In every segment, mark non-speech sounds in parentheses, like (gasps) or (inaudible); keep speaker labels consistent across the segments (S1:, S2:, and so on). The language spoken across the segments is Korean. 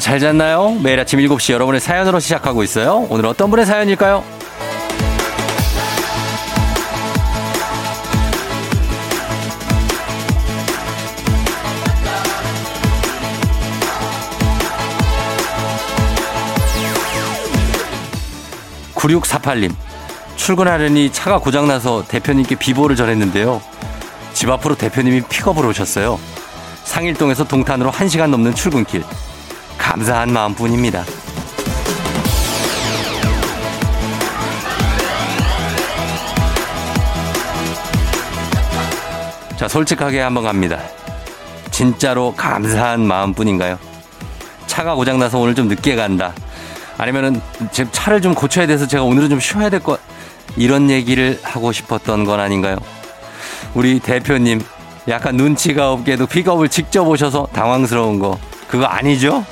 S1: 잘 잤나요? 매일 아침 7시 여러분의 사연으로 시작하고 있어요. 오늘 어떤 분의 사연일까요? 9648님. 출근하려니 차가 고장나서 대표님께 비보를 전했는데요. 집 앞으로 대표님이 픽업을 오셨어요. 상일동에서 동탄으로 1시간 넘는 출근길. 감사한 마음뿐입니다. 자, 솔직하게 한번 갑니다. 진짜로 감사한 마음뿐인가요? 차가 고장나서 오늘 좀 늦게 간다. 아니면은 지금 차를 좀 고쳐야 돼서 제가 오늘은 좀 쉬어야 될 것 이런 얘기를 하고 싶었던 건 아닌가요? 우리 대표님 약간 눈치가 없게도 픽업을 직접 오셔서 당황스러운 거 그거 아니죠?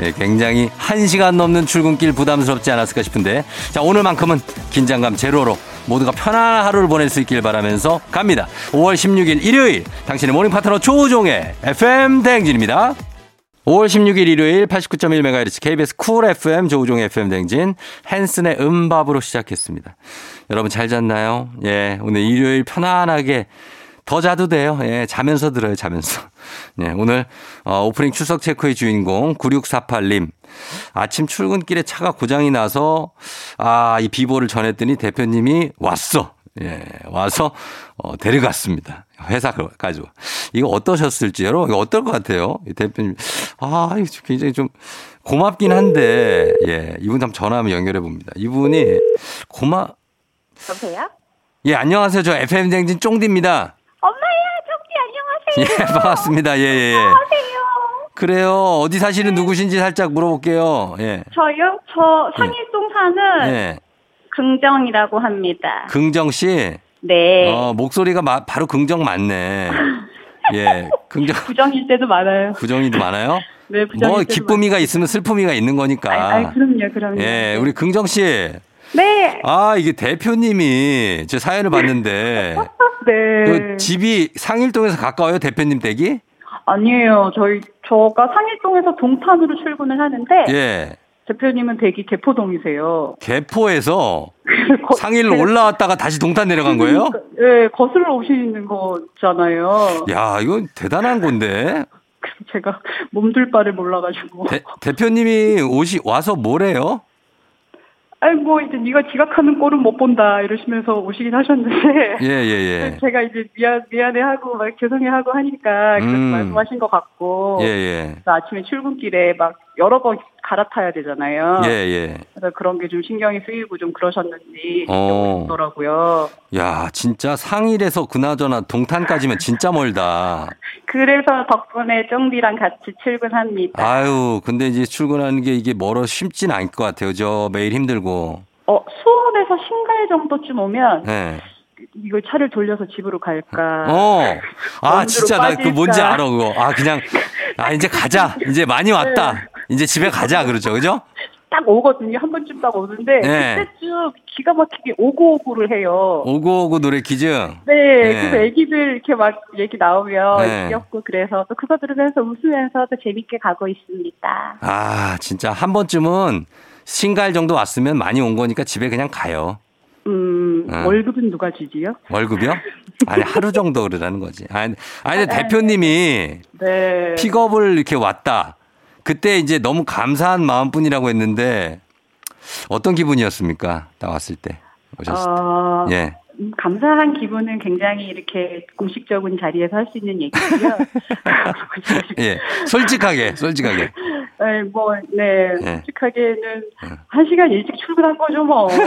S1: 예, 굉장히 한 시간 넘는 출근길 부담스럽지 않았을까 싶은데 자 오늘만큼은 긴장감 제로로 모두가 편안한 하루를 보낼 수 있길 바라면서 갑니다. 5월 16일 일요일 당신의 모닝 파트너 조우종의 FM 대행진입니다. 5월 16일 일요일 89.1MHz KBS 쿨 FM 조우종 FM 댕진 헨슨의 음밥으로 시작했습니다. 여러분 잘 잤나요? 예, 오늘 일요일 편안하게 더 자도 돼요. 예, 자면서 들어요, 자면서. 예, 오늘 어, 오프닝 출석 체크의 주인공 9648님. 아침 출근길에 차가 고장이 나서 아, 이 비보를 전했더니 대표님이 왔어. 예, 와서 어, 데려갔습니다. 회사까지. 이거 어떠셨을지 여러분 이거 어떨 것 같아요? 이 대표님. 아, 이거 굉장히 좀 고맙긴 한데 예, 이분 한번 전화하면 연결해 봅니다. 이분이 고마
S2: 여보세요?
S1: 예, 안녕하세요. 저 FM 댕진 쫑디입니다.
S2: 엄마야, 정지 안녕하세요.
S1: 예, (laughs) 반갑습니다. 예, 예, 예.
S2: 안녕하세요.
S1: 그래요. 어디 사시는 누구신지 살짝 물어볼게요. 예.
S2: 저요? 저 상일동 사는
S1: 예.
S2: 긍정이라고 합니다.
S1: 긍정 씨.
S2: 네.
S1: 어, 목소리가 마- 바로 긍정 맞네. 예. 긍정 (laughs)
S2: 부정일 때도 많아요.
S1: 부정이도 많아요?
S2: 네, 부정일
S1: 뭐
S2: 때도
S1: 기쁨이가 있으면 슬픔이가 있는 거니까.
S2: 많아요. 아이, 아이, 그럼요, 그럼요.
S1: 예, 우리 긍정 씨.
S2: 네.
S1: 아, 이게 대표님이 제 사연을 봤는데
S2: (laughs) 네.
S1: 그 집이 상일동에서 가까워요, 대표님 댁이?
S2: 아니에요. 저희, 저가 상일동에서 동탄으로 출근을 하는데,
S1: 예.
S2: 대표님은 대기 개포동이세요. (laughs)
S1: 개포에서
S2: 거- 그
S1: 상일로 올라왔다가 다시 동탄 내려간 거예요?
S2: 예, 거슬러 오시는 거잖아요.
S1: 야, 이건 대단한 건데.
S2: 그래서 제가 몸둘 바를 몰라가지고.
S1: 대, 대표님이 오시 와서 뭐래요?
S2: 아이 뭐 이제 네가 지각하는 꼴은 못 본다 이러시면서 오시긴 하셨는데
S1: (laughs) 예, 예, 예.
S2: 제가 이제 미안 미안해하고 막 죄송해하고 하니까 그렇게
S1: 음.
S2: 말씀하신 것 같고
S1: 예, 예.
S2: 그래서 아침에 출근길에 막 여러 번 갈아타야 되잖아요.
S1: 예, 예.
S2: 그래서 그런 게 좀 신경이 쓰이고 좀 그러셨는지
S1: 어.
S2: 그러더라고요.
S1: 야, 진짜 상일에서 그나저나 동탄까지면 진짜 멀다.
S2: 그래서 덕분에 쫑디랑 같이 출근합니다.
S1: 아유, 근데 이제 출근하는 게 이게 멀어 쉽진 않을 것 같아요. 저 매일 힘들고.
S2: 어 수원에서 신갈 정도쯤 오면
S1: 예.
S2: 이걸 차를 돌려서 집으로 갈까?
S1: 어. 아,
S2: 원주로
S1: 진짜 나 그
S2: 빠질까?
S1: 뭔지 알아, 그거. 아, 그냥, 아, 이제 가자. 이제 많이
S2: 네.
S1: 왔다. 이제 집에 가자. 그러죠. 그죠?
S2: 딱 오거든요. 한 번쯤 딱 오는데
S1: 네.
S2: 그때쯤 기가 막히게 오고오고를 해요.
S1: 오고 오고 노래 퀴즈.
S2: 네,
S1: 네.
S2: 그래서 애기들 이렇게 막 얘기 나오면
S1: 네.
S2: 귀엽고 그래서 또 그거 들으면서 웃으면서 또 재밌게 가고 있습니다.
S1: 아, 진짜 한 번쯤은 신갈 정도 왔으면 많이 온 거니까 집에 그냥 가요.
S2: 음,
S1: 음.
S2: 월급은 누가 주지요?
S1: 월급이요? 아니, 하루 정도 그러라는 거지. 아니, 아니 근데 대표님이
S2: 네.
S1: 픽업을 이렇게 왔다. 그때 이제 너무 감사한 마음뿐이라고 했는데 어떤 기분이었습니까? 나왔을 때. 오셨을
S2: 어,
S1: 때. 예.
S2: 음, 감사한 기분은 굉장히 이렇게 공식적인 자리에서 할 수 있는
S1: (laughs)
S2: 얘기고요. (laughs)
S1: 예. 솔직하게, 솔직하게.
S2: 네, 뭐, 네,
S1: 네.
S2: 솔직하게는
S1: 예.
S2: 한 시간 일찍 출근한 거죠, 뭐.
S1: (laughs)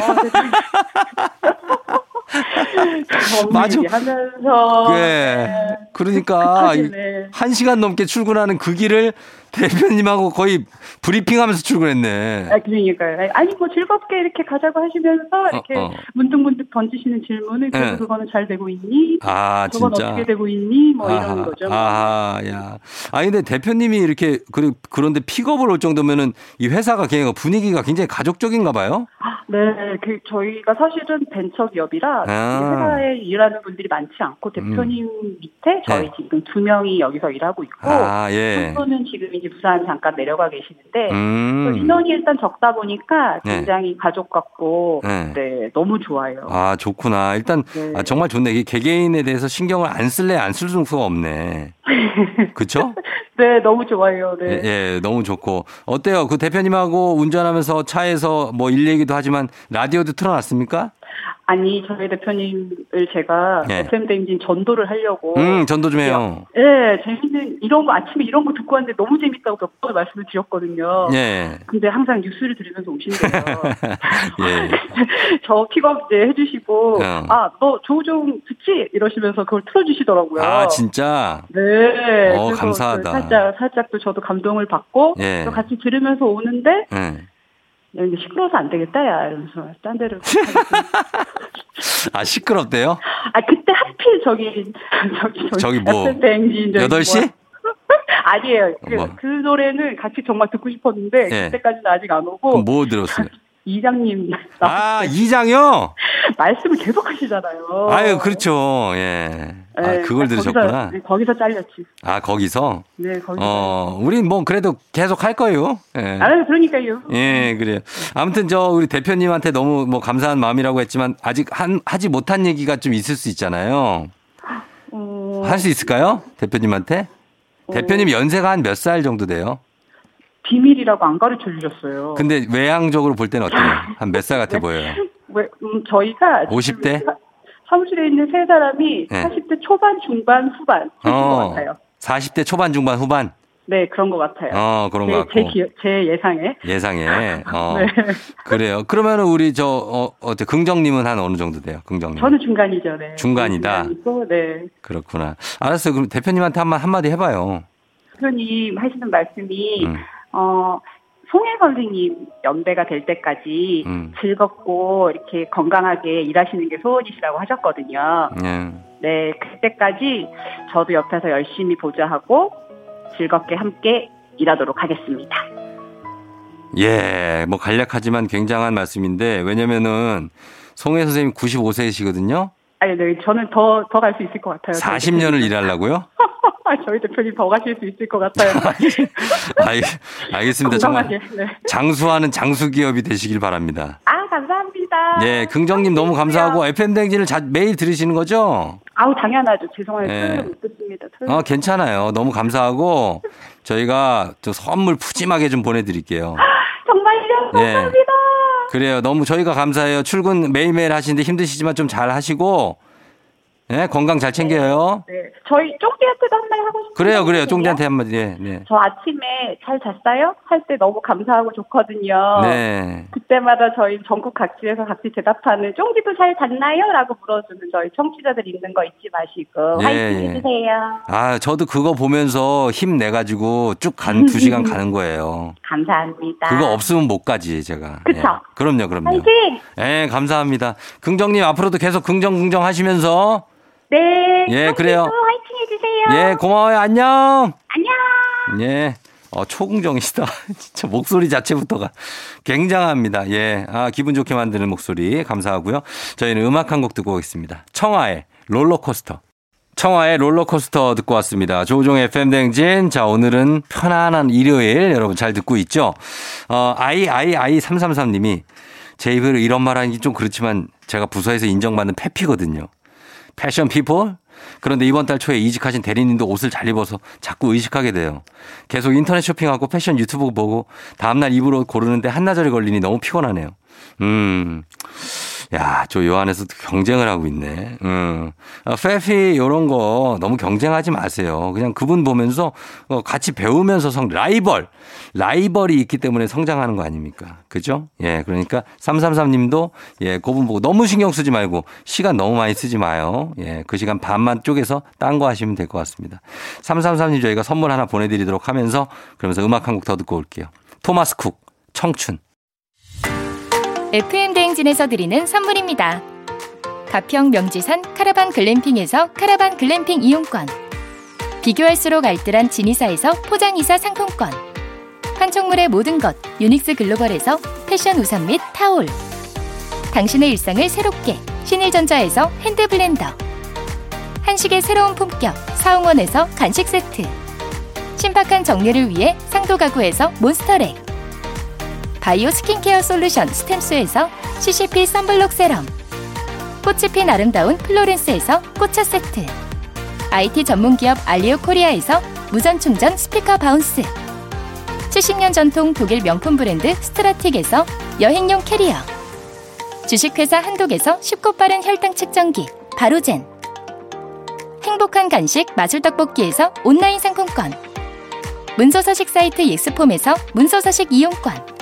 S1: 맞아.
S2: 하면서. 아, 네.
S1: 예. 그러니까 이- 한 시간 넘게 출근하는 그 길을 대표님하고 거의 브리핑하면서 출근했네.
S2: 아, 그러니까요. 아니, 뭐, 즐겁게 이렇게 가자고 하시면서, 이렇게
S1: 어.
S2: 문득문득 던지시는 질문을,
S1: 네.
S2: 그래서 그거는 잘 되고 있니?
S1: 아,
S2: 그건
S1: 진짜.
S2: 어떻게 되고 있니? 뭐, 이런 거죠. 뭐.
S1: 아하, 야. 아 근데 대표님이 이렇게 그 그런데 픽업을 올 정도면은 이 회사가 굉장히 분위기가 굉장히 가족적인가 봐요.
S2: 네, 그 저희가 사실은 벤처 기업이라
S1: 아.
S2: 회사에 일하는 분들이 많지 않고 대표님 밑에 저희
S1: 네.
S2: 지금 두 명이 여기서 일하고 있고
S1: 아, 예.
S2: 한 분은 지금 이제 부산 잠깐 내려가 계시는데 또
S1: 음.
S2: 인원이 일단 적다 보니까
S1: 네.
S2: 굉장히 가족 같고
S1: 네.
S2: 네, 너무 좋아요.
S1: 아, 좋구나. 일단
S2: 네.
S1: 아, 정말 좋네. 이 개개인에 대해서 신경을 안 쓸래 안 쓸 수가
S2: (laughs)
S1: 없네. 그쵸?
S2: 네, 너무 좋아요. 네.
S1: 예, 예, 너무 좋고. 어때요? 그 대표님하고 운전하면서 차에서 뭐 일 얘기도 하지만 라디오도 틀어놨습니까?
S2: 아니 저희 대표님을 제가
S1: 예.
S2: FM 대행진 전도를 하려고
S1: 음, 전도 좀 해요.
S2: 예, 재밌는 이런 거 아침에 이런 거 듣고 왔는데 너무 재밌다고 몇 번 말씀을 드렸거든요.
S1: 예.
S2: 근데 항상 뉴스를 들으면서 오신대요.
S1: (laughs) 예.
S2: 저 픽업 이제 해주시고
S1: 어.
S2: 아 너 조우종 듣지 이러시면서 그걸 틀어주시더라고요.
S1: 아, 진짜?
S2: 네.
S1: 어,
S2: 그래서
S1: 감사하다.
S2: 그 살짝 살짝 또 저도 감동을 받고
S1: 예.
S2: 또 같이 들으면서 오는데 야,
S1: 예.
S2: 이거 시끄러워서 안 되겠다 야 이러면서 딴 데를
S1: (laughs) 아, 시끄럽대요?
S2: 아 그때 하필 저기 저기
S1: 저기 뭐,
S2: FM 대행진 저기
S1: 8시?
S2: 아니에요. 그,
S1: 뭐.
S2: 그 노래는 같이 정말 듣고 싶었는데
S1: 예.
S2: 그때까지는 아직 안
S1: 그럼
S2: 오고
S1: 뭐 들었어요?
S2: 이장님 (laughs) 나-
S1: 아, 이장요?
S2: 말씀을 계속 하시잖아요.
S1: 아유, 그렇죠. 예. 아,
S2: 어. 네,
S1: 그걸 들으셨구나.
S2: 거기서, 네, 거기서 잘렸지.
S1: 아, 거기서?
S2: 네, 거기서.
S1: 어, 우린 뭐 그래도 계속 할 거예요. 예.
S2: 알아요, 그러니까요.
S1: 예, 그래요. 아무튼 저 우리 대표님한테 너무 뭐 감사한 마음이라고 했지만 아직 한, 하지 못한 얘기가 좀 있을 수 있잖아요.
S2: 어,
S1: 할 수 있을까요? 대표님한테? 대표님 연세가 한 몇 살 정도 돼요?
S2: 비밀이라고 안 가르쳐 주셨어요.
S1: 근데 외향적으로 볼 때는 어때요? 한 몇 살 같아 보여요?
S2: 왜, 음, 저희가.
S1: 50대?
S2: 지금 사- 사무실에 있는 세 사람이
S1: 네.
S2: 40대 초반, 중반, 후반. 그런 것 같아요.
S1: 어. 40대 초반, 중반, 후반?
S2: 네, 그런 것 같아요.
S1: 어, 그런 것
S2: 제, 제,
S1: 같고.
S2: 기- 제 예상에.
S1: 예상에. 어.
S2: (laughs) 네.
S1: 그래요. 그러면은 우리 저, 어, 어때? 긍정님은 한 어느 정도 돼요? 긍정님.
S2: 저는 중간이죠, 네.
S1: 음. 중간이다.
S2: 중간이고, 네.
S1: 그렇구나. 알았어요. 그럼 대표님한테 한마 한마디 해봐요.
S2: 대표님 하시는 말씀이,
S1: 음.
S2: 어, 송혜 선생님 연배가 될 때까지
S1: 음.
S2: 즐겁고 이렇게 건강하게 일하시는 게 소원이시라고 하셨거든요.
S1: 예.
S2: 네, 그때까지 저도 옆에서 열심히 보좌하고 즐겁게 함께 일하도록 하겠습니다.
S1: 예, 뭐 간략하지만 굉장한 말씀인데 왜냐면은 송혜 선생님 95세이시거든요.
S2: 아니, 네, 저는 더 더 갈 수 있을 것 같아요. 저희
S1: 40년을 일하려고요? (laughs)
S2: 대표님. (laughs) 저희 대표님 더 가실 수 있을 것 같아요.
S1: 알, 알겠습니다.
S2: 건강하게.
S1: 정말
S2: 네.
S1: 장수하는 장수 기업이 되시길 바랍니다.
S2: 아, 감사합니다.
S1: 예, 긍정님 너무 감사하고 FM 댕진을 자, 매일 들으시는 거죠?
S2: 아우 당연하죠. 죄송해요.
S1: 네.
S2: 토요일에 못 듣습니다. 토요일.
S1: 어, 괜찮아요. 너무 감사하고 저희가 저 선물 푸짐하게 좀 보내드릴게요.
S2: 아, 정말요.
S1: 예.
S2: 감사합니다.
S1: 그래요. 너무 저희가 감사해요. 출근 매일매일 하시는데 힘드시지만 좀 잘 하시고 예, 건강 잘 챙겨요.
S2: 네. 저희 쫑디한테도 한마디 하고 싶어요.
S1: 그래요, 그래요. 쫑디한테 한마디. 예, 네.
S2: 저 아침에 잘 잤어요? 할 때 너무 감사하고 좋거든요.
S1: 네.
S2: 그때마다 저희 전국 각지에서 같이 대답하는 쫑디도 잘 잤나요? 라고 물어주는 저희 청취자들 있는 거 잊지 마시고
S1: 예,
S2: 화이팅
S1: 예.
S2: 해주세요.
S1: 아, 저도 그거 보면서 힘 내가지고 쭉 간 두
S2: (laughs)
S1: 시간 가는 거예요.
S2: 감사합니다.
S1: 그거 없으면 못 가지, 제가.
S2: 아. 그쵸?
S1: 그럼요, 그럼요.
S2: 화이팅!
S1: 예, 감사합니다. 긍정님, 앞으로도 계속 긍정, 긍정 하시면서.
S2: 네.
S1: 예,
S2: 쫑디도
S1: 그래요.
S2: 화이팅 해주세요.
S1: 예, 고마워요. 안녕!
S2: 안녕.
S1: 예. 어, 초긍정이시다. (laughs) 진짜 목소리 자체부터가 굉장합니다. 예. 아, 기분 좋게 만드는 목소리 감사하고요. 저희는 음악 한 곡 듣고 오겠습니다. 청하의 롤러코스터. 청하의 롤러코스터 듣고 왔습니다. 조우종 FM 댕진. 자, 오늘은 편안한 일요일. 여러분 잘 듣고 있죠? 어, 아이아이아이333님이 제 입으로 이런 말 하는 게 좀 그렇지만 제가 부서에서 인정받는 패피거든요. 패션 피플? 그런데 이번 달 초에 이직하신 대리님도 옷을 잘 입어서 자꾸 의식하게 돼요. 계속 인터넷 쇼핑하고 패션 유튜브 보고 다음날 입을 옷 고르는데 한나절이 걸리니 너무 피곤하네요. 음. 야, 저 요 안에서 도 경쟁을 하고 있네. 음. 아, 페피 요런 거 너무 경쟁하지 마세요. 그냥 그분 보면서 어, 같이 배우면서 성 라이벌 라이벌이 있기 때문에 성장하는 거 아닙니까? 그죠? 예. 그러니까 333 님도 예, 그분 보고 너무 신경 쓰지 말고 시간 너무 많이 쓰지 마요. 예. 그 시간 반만 쪼개서 딴 거 하시면 될 것 같습니다. 333 님 저희가 선물 하나 보내 드리도록 하면서 그러면서 음악 한 곡 더 듣고 올게요. 토마스 쿡 청춘
S3: FM 대행진에서 드리는 선물입니다. 가평 명지산 카라반 글램핑에서 카라반 글램핑 이용권. 비교할수록 알뜰한 진이사에서 포장이사 상품권. 한총물의 모든 것 유닉스 글로벌에서 패션 우산 및 타올. 당신의 일상을 새롭게 신일전자에서 핸드블렌더 한식의 새로운 품격 사홍원에서 간식 세트 신박한 정리를 위해 상도 가구에서 몬스터렉 바이오 스킨케어 솔루션 스템스에서 CCP 썬블록 세럼 꽃이 핀 아름다운 플로렌스에서 꽃차 세트 IT 전문기업 알리오 코리아에서 무선 충전 스피커 바운스 70년 전통 독일 명품 브랜드 스트라틱에서 여행용 캐리어 주식회사 한독에서 쉽고 빠른 혈당 측정기 바로젠 행복한 간식 마술 떡볶이에서 온라인 상품권 문서서식 사이트 예스폼에서 문서서식 이용권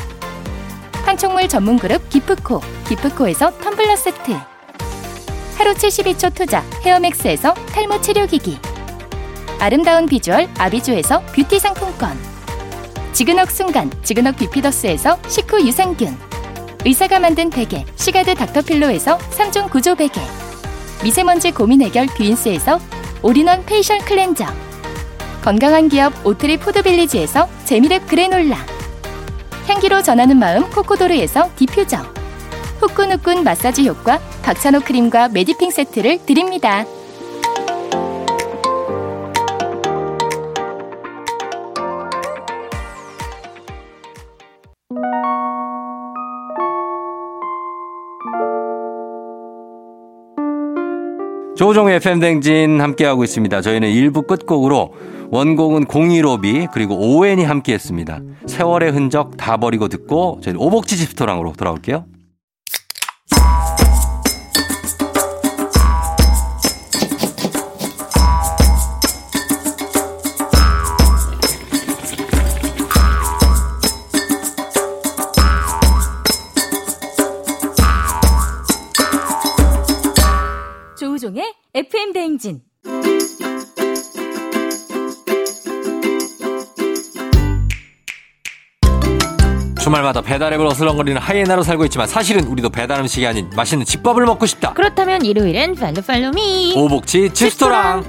S3: 판촉물 전문 그룹 기프코 기프코에서 텀블러 세트 하루 72초 투자 헤어맥스에서 탈모 치료기기 아름다운 비주얼 아비주에서 뷰티 상품권 지그넉 순간 지그넉 비피더스에서 식후 유산균 의사가 만든 베개 시가드 닥터필로에서 3중 구조 베개 미세먼지 고민 해결 뷰인스에서 올인원 페이셜 클렌저 건강한 기업 오트리 포드빌리지에서 재미랩 그래놀라 향기로 전하는 마음 코코도르에서 디퓨저 후끈후끈 마사지 효과 박찬호 크림과 메디핑 세트를 드립니다.
S1: 조종의 팬댕진 함께하고 있습니다. 저희는 1부 끝곡으로 원곡은 015비 그리고 오웬이 함께했습니다. 세월의 흔적 다 버리고 듣고 저희는 오복지 집스토랑으로 돌아올게요.
S4: 조우종의 FM 대행진.
S1: 주말마다 배달앱을 어슬렁거리는 하이에나로 살고 있지만 사실은 우리도 배달 음식이 아닌 맛있는 집밥을 먹고 싶다.
S4: 그렇다면 일요일엔 팔로 팔로미.
S1: 오복지 집스토랑.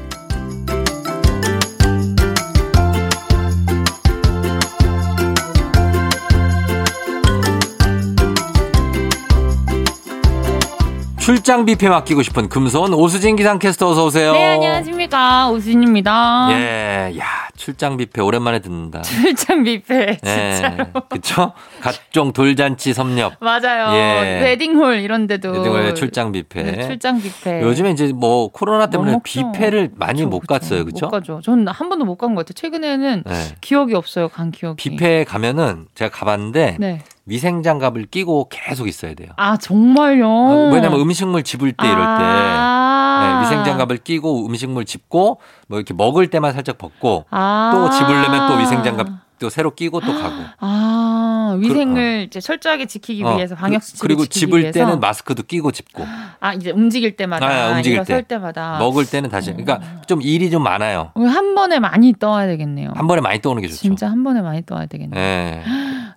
S1: 출장 뷔페 맡기고 싶은 금손 오수진 기상캐스터 어서 오세요.
S4: 네 안녕하십니까 오수진입니다.
S1: 예, 야 출장 뷔페 오랜만에 듣는다.
S4: (laughs) 출장 뷔페 (laughs)
S1: 예.
S4: 진짜로.
S1: 그쵸? 각종 돌잔치 섭렵.
S4: 맞아요.
S1: 예.
S4: 웨딩홀 이런 데도.
S1: 요즘에 출장 뷔페.
S4: 네, 출장 뷔페. 아,
S1: 요즘에 이제 뭐 코로나 때문에
S4: 너무 없죠.
S1: 뷔페를 많이 못 갔어요, 그쵸?
S4: 못 가죠. 저는 한 번도 못 간 것 같아요. 최근에는
S1: 네.
S4: 기억이 없어요. 간 기억이.
S1: 뷔페 가면은 제가 가봤는데
S4: 네.
S1: 위생장갑을 끼고 계속 있어야 돼요.
S4: 아 정말요.
S1: 왜냐면 음식물 집을 때 이럴 때
S4: 아.
S1: 네, 위생장갑을 끼고 음식물 집고 뭐 이렇게 먹을 때만 살짝 벗고
S4: 아.
S1: 또 집으려면 또 위생장갑 또 새로 끼고 또 가고.
S4: 아 위생을 이제 철저하게 지키기
S1: 어,
S4: 위해서 방역
S1: 그-
S4: 수칙을
S1: 그리고
S4: 지키기
S1: 집을
S4: 위해서.
S1: 때는 마스크도 끼고 집고
S4: 아 이제 움직일 때마다
S1: 아, 움직일
S4: 일어설
S1: 때.
S4: 때마다
S1: 먹을 때는 다시 그러니까
S4: 음.
S1: 좀 일이 좀 많아요.
S4: 오늘 어, 한 번에 많이 떠와야 되겠네요.
S1: 한 번에 많이 떠오는 게 좋죠.
S4: 진짜 한 번에 많이 떠와야
S1: 예.
S4: 되겠네요.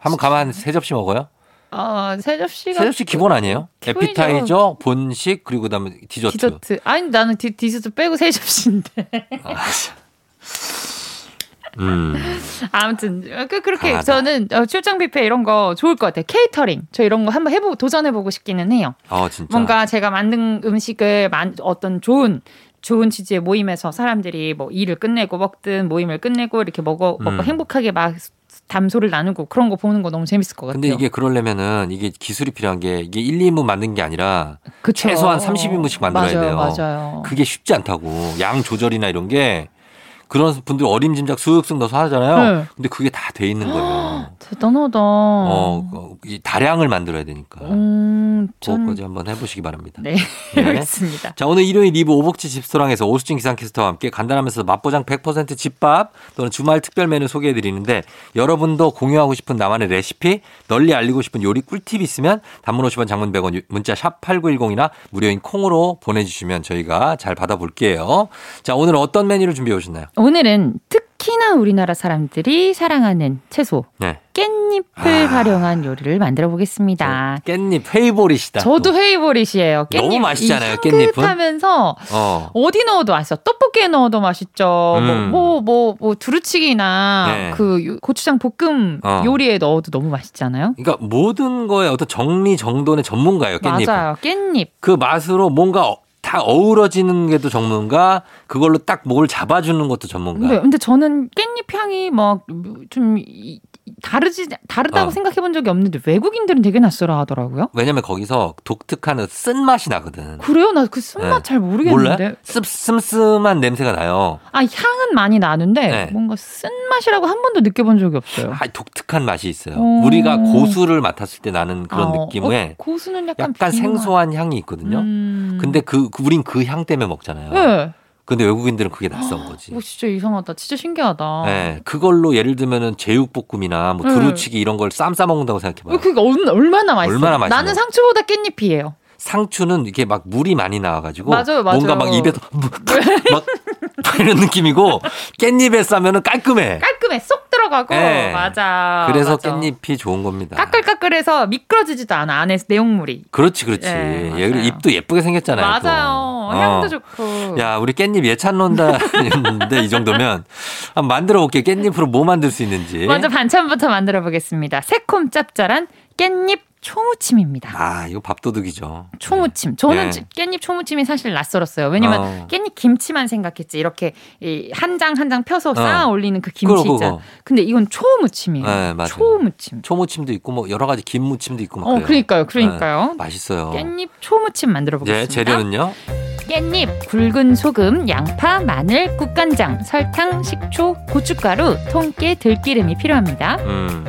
S1: 한번 가면 세 접시 먹어요?
S4: 아, 세 접시가
S1: 세 접시 기본 아니에요?
S4: 기본이죠.
S1: 에피타이저, 본식 그리고 그다음에 디저트.
S4: 디저트. 아니 나는 디, 디저트 빼고 세 접시인데. (laughs) (laughs)
S1: 음.
S4: 아무튼 그 그렇게
S1: 강하다.
S4: 저는 어, 출장 뷔페 이런 거 좋을 것 같아요. 케이터링 저 이런 거 한번 해보 도전해 보고 싶기는 해요.
S1: 어 진짜.
S4: 뭔가 제가 만든 음식을 만, 어떤 좋은 좋은 취지의 모임에서 사람들이 뭐 일을 끝내고 먹든 모임을 끝내고 이렇게 먹어 먹고
S1: 음.
S4: 행복하게 막 담소를 나누고 그런 거 보는 거 너무 재밌을 것 같아요.
S1: 근데 이게 그러려면은 이게 기술이 필요한 게 이게 1, 2인분 만든 게 아니라
S4: 그쵸.
S1: 최소한 30인분씩 만들어야
S4: 맞아요,
S1: 돼요.
S4: 맞아요.
S1: 그게 쉽지 않다고. 양 조절이나 이런 게 그런 분들 어림짐작 슥슥 넣어서 하잖아요.
S4: 네. 어.
S1: 근데 그게
S4: (gasps)
S1: 다 돼 있는 거예요.
S4: 대단하다.
S1: 어, 어, 이 다량을 만들어야 되니까.
S4: 음, 전-
S1: 그거까지 한번 해보시기 바랍니다.
S4: 네,
S1: 네.
S4: (laughs) 그렇습니다.
S1: 자, 오늘 일요일 2부 오복지 집소랑에서 오수진 기상캐스터와 함께 간단하면서 맛보장 100% 집밥 또는 주말 특별 메뉴 소개해드리는데 여러분도 공유하고 싶은 나만의 레시피, 널리 알리고 싶은 요리 꿀팁 있으면 단문 50원 장문 100원 문자 샵 8910이나 무료인 콩으로 보내주시면 저희가 잘 받아볼게요. 자, 오늘 어떤 메뉴를 준비해 오셨나요?
S4: 오늘은 특히나 우리나라 사람들이 사랑하는 채소
S1: 네.
S4: 깻잎을
S1: 아.
S4: 활용한 요리를 만들어 보겠습니다.
S1: 깻잎 페이보릿이다.
S4: 저도 헤이보릿이에요. 깻잎
S1: 너무 맛있잖아요,
S4: 이 향긋하면서
S1: 깻잎은. 어.
S4: 어디 넣어도 맛있어. 떡볶이에 넣어도 맛있죠.
S1: 음.
S4: 뭐 뭐 뭐 두루치기나
S1: 네.
S4: 그 요- 고추장 볶음
S1: 어.
S4: 요리에 넣어도 너무 맛있잖아요.
S1: 그러니까 모든 거에 어떤 정리 정돈의 전문가예요, 깻잎.
S4: 맞아요. 깻잎.
S1: 그 맛으로 뭔가 어- 다 어우러지는 게 또 전문가, 그걸로 딱 목을 잡아주는 것도 전문가.
S4: 네, 근데 근데 저는 깻잎 향이 막 좀 다르지 다르다고
S1: 어.
S4: 생각해 본 적이 없는데 외국인들은 되게 낯설어 하더라고요.
S1: 왜냐면 거기서 독특한 쓴맛이 나거든.
S4: 그래요? 나 그 쓴맛
S1: 네.
S4: 잘 모르겠는데.
S1: 몰라요? 씁쓸한 냄새가 나요.
S4: 아 향은 많이 나는데
S1: 네.
S4: 뭔가 쓴맛이라고 한 번도 느껴본 적이 없어요.
S1: 아, 독특한 맛이 있어요.
S4: 오.
S1: 우리가 고수를 맡았을 때 나는 그런
S4: 아, 어,
S1: 느낌의
S4: 어, 고수는 약간,
S1: 약간
S4: 비누 맛.
S1: 생소한 향이 있거든요.
S4: 음.
S1: 근데 그, 그- 우린 그 향 때문에 먹잖아요.
S4: 네.
S1: 근데 외국인들은 그게 낯선 거지.
S4: 오, 진짜 이상하다. 진짜 신기하다.
S1: 네, 그걸로 예를 들면은 제육볶음이나 뭐
S4: 네.
S1: 두루치기 이런 걸 쌈 싸 먹는다고 생각해봐요.
S4: 왜 어, 그게 그러니까 얼- 얼마나 맛있어?
S1: 얼마나 맛있어요?
S4: 나는 상추보다 깻잎이에요.
S1: 상추는 이게 막 물이 많이 나와가지고
S4: 맞아요, 맞아요.
S1: 뭔가 막 입에서 뭐, 막 이런 느낌이고 깻잎에 싸면은 깔끔해.
S4: 깔끔해, 쏙 들어가고.
S1: 네.
S4: 맞아.
S1: 그래서
S4: 맞아.
S1: 깻잎이 좋은 겁니다.
S4: 까끌까끌해서 미끄러지지도 않아 안에 내용물이.
S1: 그렇지, 그렇지.
S4: 네,
S1: 예, 그리고
S4: 맞아요.
S1: 입도 예쁘게 생겼잖아요. 또.
S4: 맞아요.
S1: 어.
S4: 향도 좋고.
S1: 야, 우리 깻잎 예찬론다였는데 이 정도면 한번 만들어 볼게요. 깻잎으로 뭐 만들 수 있는지.
S4: 먼저 반찬부터 만들어 보겠습니다. 새콤 짭짤한 깻잎 초무침입니다.
S1: 아, 이거 밥도둑이죠.
S4: 초무침. 저는
S1: 네.
S4: 깻잎 초무침이 사실 낯설었어요. 왜냐면
S1: 어.
S4: 깻잎 김치만 생각했지. 이렇게 한 장 한 장 펴서 쌓아 올리는 그 김치
S1: 어. 그거, 그거.
S4: 있잖아. 근데 이건 초무침이에요.
S1: 네, 맞아요.
S4: 초무침.
S1: 초무침도 있고 뭐 여러 가지 김무침도 있고 막
S4: 어,
S1: 그래요. 네.
S4: 그러니까요. 그러니까요.
S1: 맛있어요.
S4: 깻잎 초무침 만들어
S1: 예,
S4: 보겠습니다.
S1: 재료는요?
S4: 깻잎, 굵은 소금, 양파, 마늘, 국간장, 설탕, 식초, 고춧가루, 통깨, 들기름이 필요합니다.
S1: 음.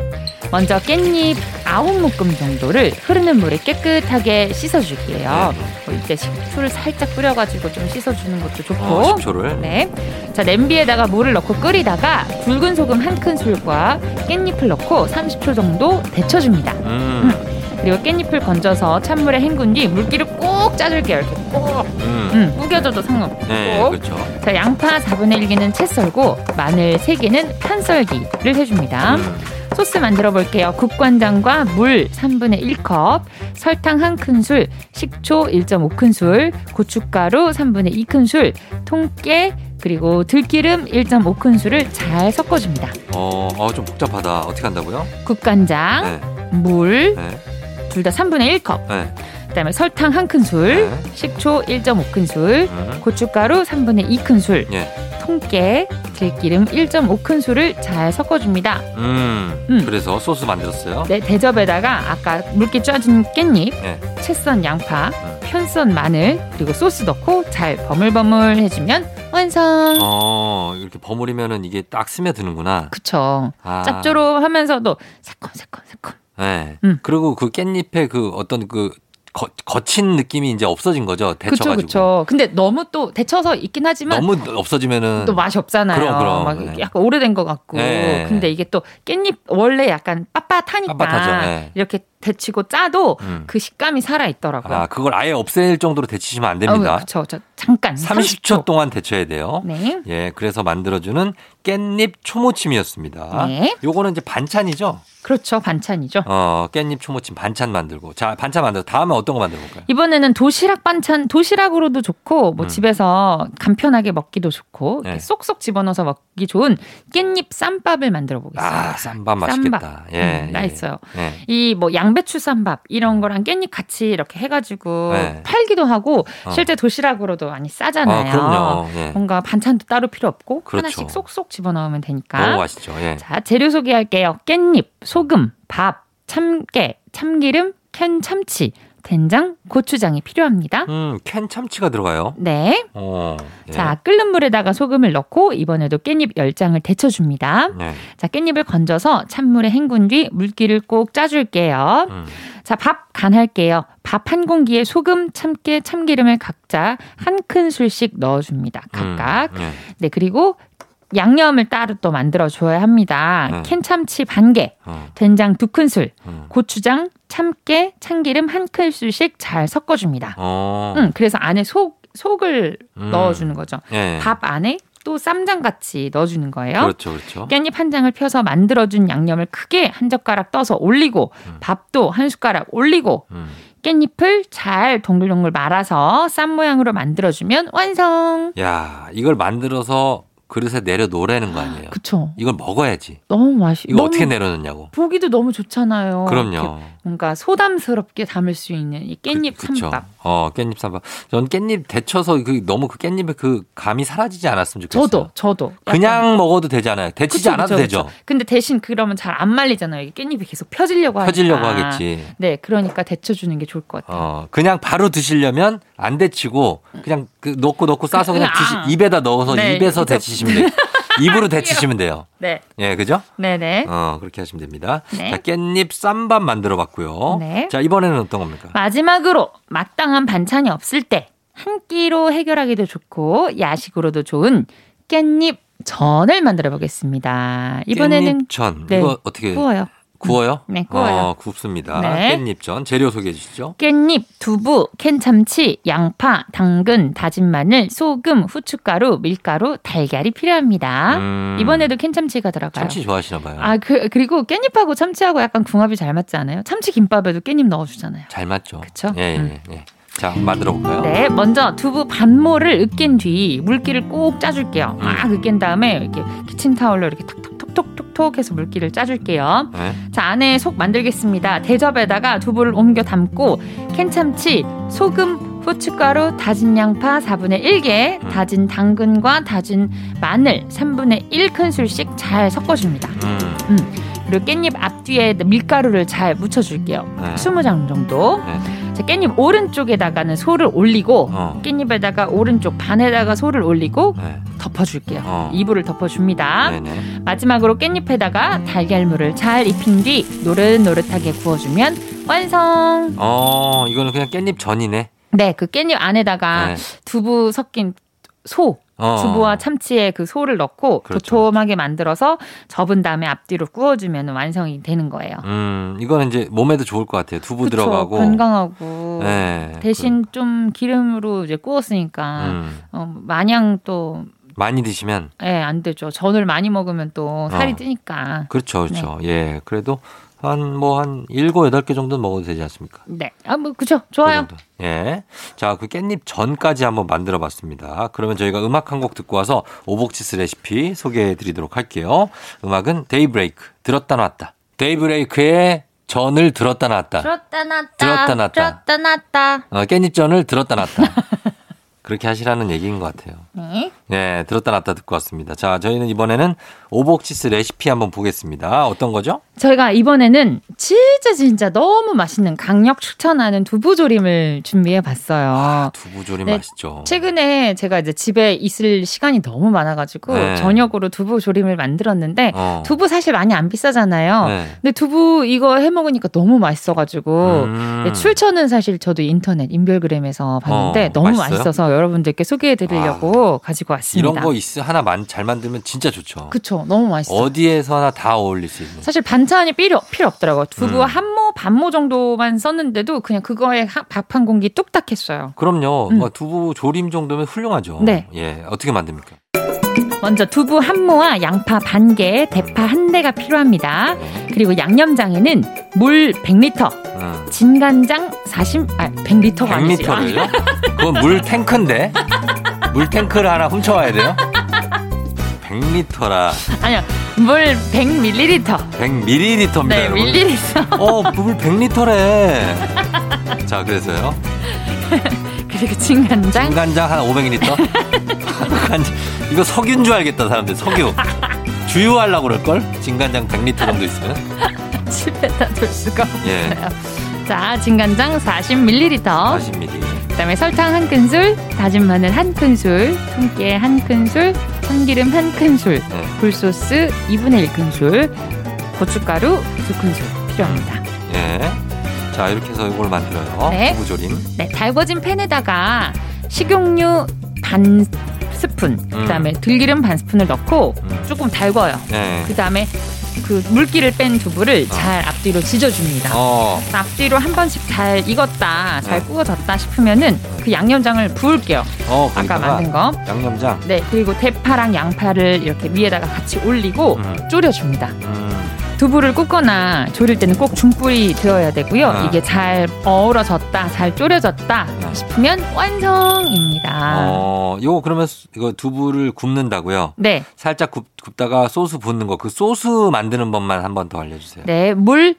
S4: 먼저 깻잎 아홉 묶음 정도를 흐르는 물에 깨끗하게 씻어줄게요.
S1: 네.
S4: 뭐 이때 식초를 살짝 뿌려가지고 좀 씻어주는 것도 좋고.
S1: 어, 식초를.
S4: 네. 자, 냄비에다가 물을 넣고 끓이다가 굵은 소금 한 큰술과 깻잎을 넣고 30초 정도 데쳐줍니다.
S1: 음.
S4: 그리고 깻잎을 건져서 찬물에 헹군 뒤 물기를 꼭 짜줄게요. 이렇게 꼭.
S1: 음.
S4: 음, 어? 우겨줘도 상관없고.
S1: 네, 그렇죠.
S4: 자, 양파 4분의 1기는 채 썰고 마늘 3개는 판 썰기를 해줍니다.
S1: 음.
S4: 소스 만들어 볼게요. 국간장과 물 3분의 1컵, 설탕 1큰술, 식초 1.5큰술, 고춧가루 3분의 2큰술, 통깨, 그리고 들기름 1.5큰술을 잘 섞어줍니다.
S1: 어, 어, 좀 복잡하다. 어떻게 한다고요?
S4: 국간장,
S1: 네,
S4: 물,
S1: 네,
S4: 둘 다 3분의 1컵,
S1: 네.
S4: 그 다음에 설탕 1큰술,
S1: 네.
S4: 식초 1.5큰술,
S1: 음.
S4: 고춧가루 3분의 2큰술,
S1: 예.
S4: 통깨, 들기름 1.5큰술을 잘 섞어줍니다.
S1: 음.
S4: 음.
S1: 그래서 소스 만들었어요.
S4: 네, 대접에다가 아까 물기 짜준 깻잎,
S1: 네.
S4: 채썬 양파,
S1: 음.
S4: 편썬 마늘, 그리고 소스 넣고 잘 버물버물 해주면 완성.
S1: 어, 이렇게 버무리면은 이게 딱 스며드는구나.
S4: 그쵸.
S1: 아.
S4: 짭조름하면서도 새콤새콤새콤.
S1: 네.
S4: 음.
S1: 그리고 그 깻잎의 그 어떤 그 거, 거친 느낌이 이제 없어진 거죠.
S4: 그쵸,
S1: 데쳐가지고.
S4: 그쵸. 근데 너무 또 데쳐서 있긴 하지만
S1: 너무 없어지면은
S4: 또 맛이 없잖아요.
S1: 그럼, 그럼.
S4: 막
S1: 네.
S4: 약간 오래된 것 같고.
S1: 네.
S4: 근데 이게 또 깻잎 원래 약간 빳빳하니까
S1: 빳빳하죠, 네.
S4: 이렇게 데치고 짜도
S1: 음.
S4: 그 식감이 살아 있더라고요.
S1: 아, 그걸 아예 없앨 정도로 데치시면 안 됩니다.
S4: 그쵸, 저 잠깐
S1: 30초 동안 데쳐야 돼요.
S4: 네.
S1: 예, 그래서 만들어주는 깻잎 초무침이었습니다.
S4: 네.
S1: 요거는 이제 반찬이죠.
S4: 그렇죠. 반찬이죠.
S1: 어, 깻잎 초무침 반찬 만들고. 자, 반찬 만들어. 다음에 어떤 거 만들어 볼까요?
S4: 이번에는 도시락 반찬 도시락으로도 좋고 뭐
S1: 음.
S4: 집에서 간편하게 먹기도 좋고
S1: 네.
S4: 이렇게 쏙쏙 집어넣어서 먹기 좋은 깻잎 쌈밥을 만들어 보겠습니다.
S1: 아, 쌈밥 맛있겠다. 예. 음.
S4: 음,
S1: 예.
S4: 맛있어요.
S1: 예.
S4: 이 뭐 양배추 쌈밥 이런 거랑 깻잎 같이 이렇게 해가지고
S1: 네.
S4: 팔기도 하고
S1: 어.
S4: 실제 도시락으로도 많이
S1: 아,
S4: 싸잖아요.
S1: 그럼요. 예.
S4: 뭔가 반찬도 따로 필요 없고
S1: 그렇죠.
S4: 하나씩 쏙쏙 집어넣으면
S1: 너무
S4: 되니까.
S1: 맛있죠. 예.
S4: 자 재료 소개할게요. 깻잎, 소금, 밥, 참깨, 참기름, 캔 참치, 된장, 고추장이 필요합니다.
S1: 음, 캔 참치가 들어가요.
S4: 네.
S1: 어. 예.
S4: 자, 끓는 물에다가 소금을 넣고 이번에도 깻잎 10장을 데쳐줍니다.
S1: 네.
S4: 자, 깻잎을 건져서 찬물에 헹군 뒤 물기를 꼭 짜줄게요.
S1: 음.
S4: 자, 밥 간할게요. 밥 한 공기에 소금, 참깨, 참기름을 각자 한 큰술씩 넣어줍니다. 각각.
S1: 음, 예.
S4: 네, 그리고 양념을 따로 또 만들어줘야 합니다.
S1: 네.
S4: 캔참치 반 개,
S1: 어,
S4: 된장 두 큰술,
S1: 음.
S4: 고추장, 참깨, 참기름 한 큰술씩 잘 섞어줍니다.
S1: 어.
S4: 음, 그래서 안에 속, 속을
S1: 음.
S4: 넣어주는 거죠.
S1: 예.
S4: 밥 안에 또 쌈장 같이 넣어주는 거예요.
S1: 그렇죠, 그렇죠.
S4: 깻잎 한 장을 펴서 만들어준 양념을 크게 한 젓가락 떠서 올리고
S1: 음.
S4: 밥도 한 숟가락 올리고
S1: 음.
S4: 깻잎을 잘 동글동글 말아서 쌈 모양으로 만들어주면 완성.
S1: 야, 이걸 만들어서 그릇에 내려 놓으라는 거 아니에요?
S4: 그쵸?
S1: 이걸 먹어야지.
S4: 너무 맛있.
S1: 이거
S4: 너무
S1: 어떻게 내려놓냐고.
S4: 보기도 너무 좋잖아요. 어, 이렇게
S1: 그럼요.
S4: 뭔가 소담스럽게 담을 수 있는 이 깻잎
S1: 그- 그쵸.
S4: 삼밥.
S1: 어, 깻잎 삼밥. 전 깻잎 데쳐서 그 너무 그 깻잎의 그 감이 사라지지 않았으면 좋겠어요.
S4: 저도 저도 약간-
S1: 그냥 먹어도 되잖아요. 데치지
S4: 그쵸,
S1: 않아도
S4: 그쵸,
S1: 되죠.
S4: 그쵸. 근데 대신 그러면 잘 안 말리잖아요. 이게 깻잎이 계속 펴지려고 하니까.
S1: 펴지려고 하겠지.
S4: 네, 그러니까 데쳐주는 게 좋을 것 같아요.
S1: 어, 그냥 바로 드시려면 안 데치고 그냥 그 넣고 넣고 싸서 그냥
S4: 그냥 아.
S1: 드시 입에다 넣어서
S4: 네,
S1: 입에서
S4: 그쵸.
S1: 데치시면
S4: (laughs)
S1: 돼요. 입으로 데치시면 돼요.
S4: 네,
S1: 예, 그죠?
S4: 네, 네.
S1: 어, 그렇게 하시면 됩니다.
S4: 네.
S1: 자, 깻잎 쌈밥 만들어 봤고요.
S4: 네.
S1: 자, 이번에는 어떤 겁니까?
S4: 마지막으로 마땅한 반찬이 없을 때 한 끼로 해결하기도 좋고 야식으로도 좋은 깻잎 전을 만들어 보겠습니다. 이번에는
S1: 깻잎전.
S4: 네.
S1: 이거 어떻게
S4: 구워요.
S1: 구워요?
S4: 네, 구워요.
S1: 어, 굽습니다.
S4: 네.
S1: 깻잎전 재료 소개해 주시죠.
S4: 깻잎, 두부, 캔참치, 양파, 당근, 다진 마늘, 소금, 후춧가루, 밀가루, 달걀이 필요합니다.
S1: 음,
S4: 아? 이번에도 캔참치가 들어가요.
S1: 참치 좋아하시나 봐요.
S4: 아, 그, 그리고 깻잎하고 참치하고 약간 궁합이 잘 맞지 않아요? 참치 김밥에도 깻잎 넣어주잖아요.
S1: 잘 맞죠.
S4: 그쵸?
S1: 예, 예,
S4: 음.
S1: 예. 자, 만들어 볼까요?
S4: 네, 먼저 두부 반모를 으깬 뒤 물기를 꼭 짜줄게요. 막 으깬 다음에 이렇게 키친타올로 이렇게 톡톡톡톡톡 해서 물기를 짜줄게요.
S1: 네.
S4: 자, 안에 속 만들겠습니다. 대접에다가 두부를 옮겨 담고 캔참치, 소금, 후춧가루, 다진 양파 4분의 1개,
S1: 음.
S4: 다진 당근과 다진 마늘 3분의 1큰술씩 잘 섞어줍니다.
S1: 음,
S4: 그리고 깻잎 앞뒤에 밀가루를 잘 묻혀줄게요.
S1: 네.
S4: 20장 정도.
S1: 네.
S4: 자, 깻잎 오른쪽에다가는 소를 올리고
S1: 어.
S4: 깻잎에다가 오른쪽 반에다가 소를 올리고
S1: 네.
S4: 덮어줄게요.
S1: 어.
S4: 이불을 덮어줍니다.
S1: 네, 네.
S4: 마지막으로 깻잎에다가 달걀물을 잘 입힌 뒤 노릇노릇하게 구워주면 완성.
S1: 어, 이거는 그냥 깻잎 전이네.
S4: 네, 그 깻잎 안에다가
S1: 네.
S4: 두부 섞인 소,
S1: 어.
S4: 두부와 참치에 그 소를 넣고
S1: 그렇죠.
S4: 도톰하게 만들어서 접은 다음에 앞뒤로 구워주면 완성이 되는 거예요.
S1: 음, 이거는 이제 몸에도 좋을 것 같아요. 두부
S4: 그쵸,
S1: 들어가고.
S4: 건강하고
S1: 네.
S4: 대신 좀 기름으로 이제
S1: 그,
S4: 구웠으니까
S1: 음,
S4: 어, 마냥 또
S1: 많이 드시면
S4: 예, 안 되죠. 전을 많이 먹으면 또 살이
S1: 어.
S4: 찌니까.
S1: 그렇죠, 그렇죠.
S4: 네.
S1: 예, 그래도 한 뭐 한 일곱 여덟 개 정도는 먹어도 되지 않습니까?
S4: 네. 아, 뭐 그죠.
S1: 그
S4: 좋아요.
S1: 정도. 예. 자, 그 깻잎 전까지 한번 만들어 봤습니다. 그러면 저희가 음악 한 곡 듣고 와서 오복치스 레시피 소개해 드리도록 할게요. 음악은 데이브레이크. 들었다 놨다. 데이브레이크의 전을 들었다 놨다.
S4: 들었다 놨다.
S1: 들었다 놨다.
S4: 들었다 놨다.
S1: 어, 깻잎전을 들었다
S4: (laughs)
S1: 놨다. 그렇게 하시라는 얘기인 것 같아요.
S4: 네.
S1: 예, 들었다 놨다 듣고 왔습니다. 자, 저희는 이번에는 오복치스 레시피 한번 보겠습니다. 어떤 거죠?
S4: 저희가 이번에는 진짜 진짜 너무 맛있는 강력 추천하는 두부조림을 준비해 봤어요.
S1: 아, 두부조림
S4: 네,
S1: 맛있죠.
S4: 최근에 제가 이제 집에 있을 시간이 너무 많아가지고
S1: 네.
S4: 저녁으로 두부조림을 만들었는데
S1: 어.
S4: 두부 사실 많이 안 비싸잖아요.
S1: 네.
S4: 근데 두부 이거 해 먹으니까 너무 맛있어가지고
S1: 음.
S4: 네, 출처는 사실 저도 인터넷 인별그램에서 봤는데
S1: 어,
S4: 너무
S1: 맛있어요? 아,
S4: 맛있어서 여러분들께 소개해드리려고 가지고 왔습니다.
S1: 이런 거 있, 하나 만, 잘 만들면 진짜 좋죠.
S4: 그쵸, 너무 맛있어. 요
S1: 어디에서나 다 어울릴 수 있는.
S4: 사실 반찬이 필요 필요 없더라고요. 두부
S1: 음.
S4: 한모 반모 정도만 썼는데도 그냥 그거에 밥 한 공기 뚝딱 했어요.
S1: 그럼요.
S4: 음.
S1: 뭐 두부 조림 정도면 훌륭하죠.
S4: 네.
S1: 예. 어떻게 만듭니까?
S4: 먼저 두부 한모와 양파 반 개, 대파 한 대가 필요합니다. 그리고 양념장에는 물 100리터,
S1: 음.
S4: 진간장 40, 아 100리터가 아니지.
S1: 100m를요? 그건 물 탱크인데. 물 탱크를 하나 훔쳐와야 돼요? 100m라.
S4: 아니요, 물 100ml.
S1: 100ml입니다.
S4: 네,
S1: 여러분.
S4: 밀리리터. (laughs)
S1: 어, 물 100m래. 자, 그래서요.
S4: 그리고 진간장
S1: 간장 한 500ml. 간장. 이거 석유인 줄 알겠다, 사람들. 석유. 주유하려고 그럴걸? 진간장 100ml 정도 있으면.
S4: 집에다 둘 수가 없어요.
S1: 예.
S4: 자, 진간장 40ml.
S1: 40ml.
S4: 그다음에 설탕 한 큰술, 다진 마늘 한 큰술, 통깨 한 큰술, 참기름 한 큰술,
S1: 네.
S4: 굴소스 2분의 1 큰술, 고춧가루 두 큰술 필요합니다.
S1: 예. 자, 이렇게 해서 이걸 만들어요.
S4: 네.
S1: 부부조림.
S4: 네, 달궈진 팬에다가 식용유 반 스푼, 그다음에 들기름 반 스푼을 넣고
S1: 음.
S4: 조금 달궈요.
S1: 예.
S4: 그다음에 그 물기를 뺀 두부를
S1: 어.
S4: 잘 앞뒤로 지져줍니다.
S1: 어.
S4: 앞뒤로 한 번씩 잘 익었다, 잘
S1: 음.
S4: 구워졌다 싶으면은 그 양념장을 부을게요.
S1: 어,
S4: 아까
S1: 거기다가
S4: 만든 거.
S1: 양념장.
S4: 네, 그리고 대파랑 양파를 이렇게 위에다가 같이 올리고
S1: 음.
S4: 졸여줍니다.
S1: 음.
S4: 두부를 굽거나 졸일 때는 꼭 중불이 되어야 되고요.
S1: 아.
S4: 이게 잘 어우러졌다, 잘 졸여졌다 싶으면 완성입니다.
S1: 네. 어, 요거 그러면 수- 이거 두부를 굽는다고요?
S4: 네,
S1: 살짝 굽, 굽다가 소스 붓는 거. 그 소스 만드는 법만 한 번 더 알려주세요.
S4: 네, 물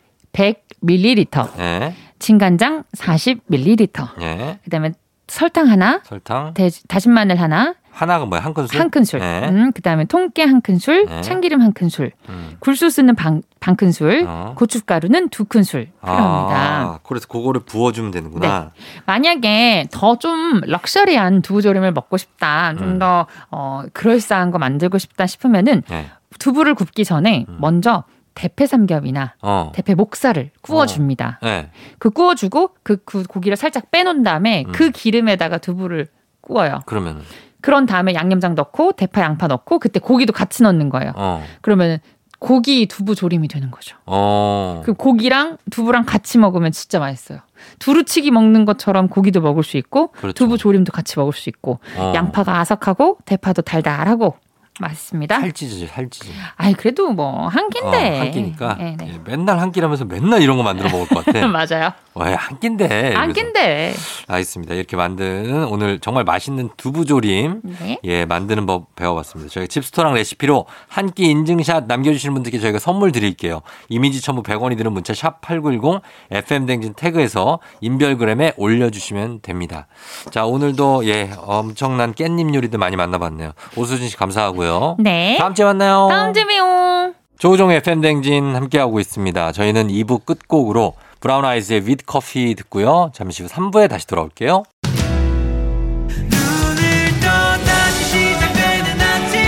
S4: 100ml,
S1: 예.
S4: 진간장 40ml,
S1: 예.
S4: 그다음에 설탕 하나,
S1: 설탕.
S4: 대- 다진 마늘 하나,
S1: 하나가 뭐야? 한 큰술?
S4: 한 큰술,
S1: 네.
S4: 음, 그다음에 통깨 한 큰술,
S1: 네.
S4: 참기름 한 큰술,
S1: 음.
S4: 굴소스는 반, 반 큰술,
S1: 어.
S4: 고춧가루는 두 큰술 필요합니다.
S1: 아, 그래서 그거를 부어주면 되는구나.
S4: 만약에 더 좀 럭셔리한 두부조림을 먹고 싶다,
S1: 음.
S4: 좀 더 어, 그럴싸한 거 만들고 싶다 싶으면은
S1: 예.
S4: 두부를 굽기 전에
S1: 음.
S4: 먼저 대패 삼겹이나
S1: 어.
S4: 대패 목살을 구워줍니다.
S1: 예.
S4: 그 구워주고 그, 그 고기를 살짝 빼놓은 다음에
S1: 음.
S4: 그 기름에다가 두부를 구워요.
S1: 그러면
S4: 그런 다음에 양념장 넣고 대파 양파 넣고 그때 고기도 같이 넣는 거예요.
S1: 어.
S4: 그러면 고기 두부 조림이 되는 거죠.
S1: 어.
S4: 그 고기랑 두부랑 같이 먹으면 진짜 맛있어요. 두루치기 먹는 것처럼 고기도 먹을 수 있고
S1: 그렇죠.
S4: 두부 조림도 같이 먹을 수 있고
S1: 어.
S4: 양파가 아삭하고 대파도 달달하고 맛있습니다.
S1: 살찌지, 살찌지.
S4: 아이 그래도 뭐 한
S1: 어,
S4: 끼인데.
S1: 한 끼니까 네.
S4: 네, 네.
S1: 예, 맨날 한 끼라면서 맨날 이런 거 만들어 먹을 것 같아.
S4: (laughs) 맞아요.
S1: 와, 한 끼인데.
S4: 한
S1: 이러면서.
S4: 끼인데.
S1: 알겠습니다. 이렇게 만드는 오늘 정말 맛있는 두부조림.
S4: 네.
S1: 예, 만드는 법 배워봤습니다. 저희 칩스토랑 레시피로 한 끼 인증샷 남겨주시는 분들께 저희가 선물 드릴게요. 이미지 첨부 100원이 드는 문자 샵 8910 FM댕진 태그에서 인별그램에 올려주시면 됩니다. 자, 오늘도 예, 엄청난 깻잎 요리들 많이 만나봤네요. 오수진 씨 감사하고요.
S4: 네.
S1: 다음 주에 만나요.
S4: 다음 주에 봬요.
S1: 조종의 팬댕진 함께하고 있습니다. 저희는 2부 끝곡으로 브라운 아이즈의 위드 커피 듣고요. 잠시 후 3부에 다시 돌아올게요.
S5: 오늘 또 다시 시작되는 아침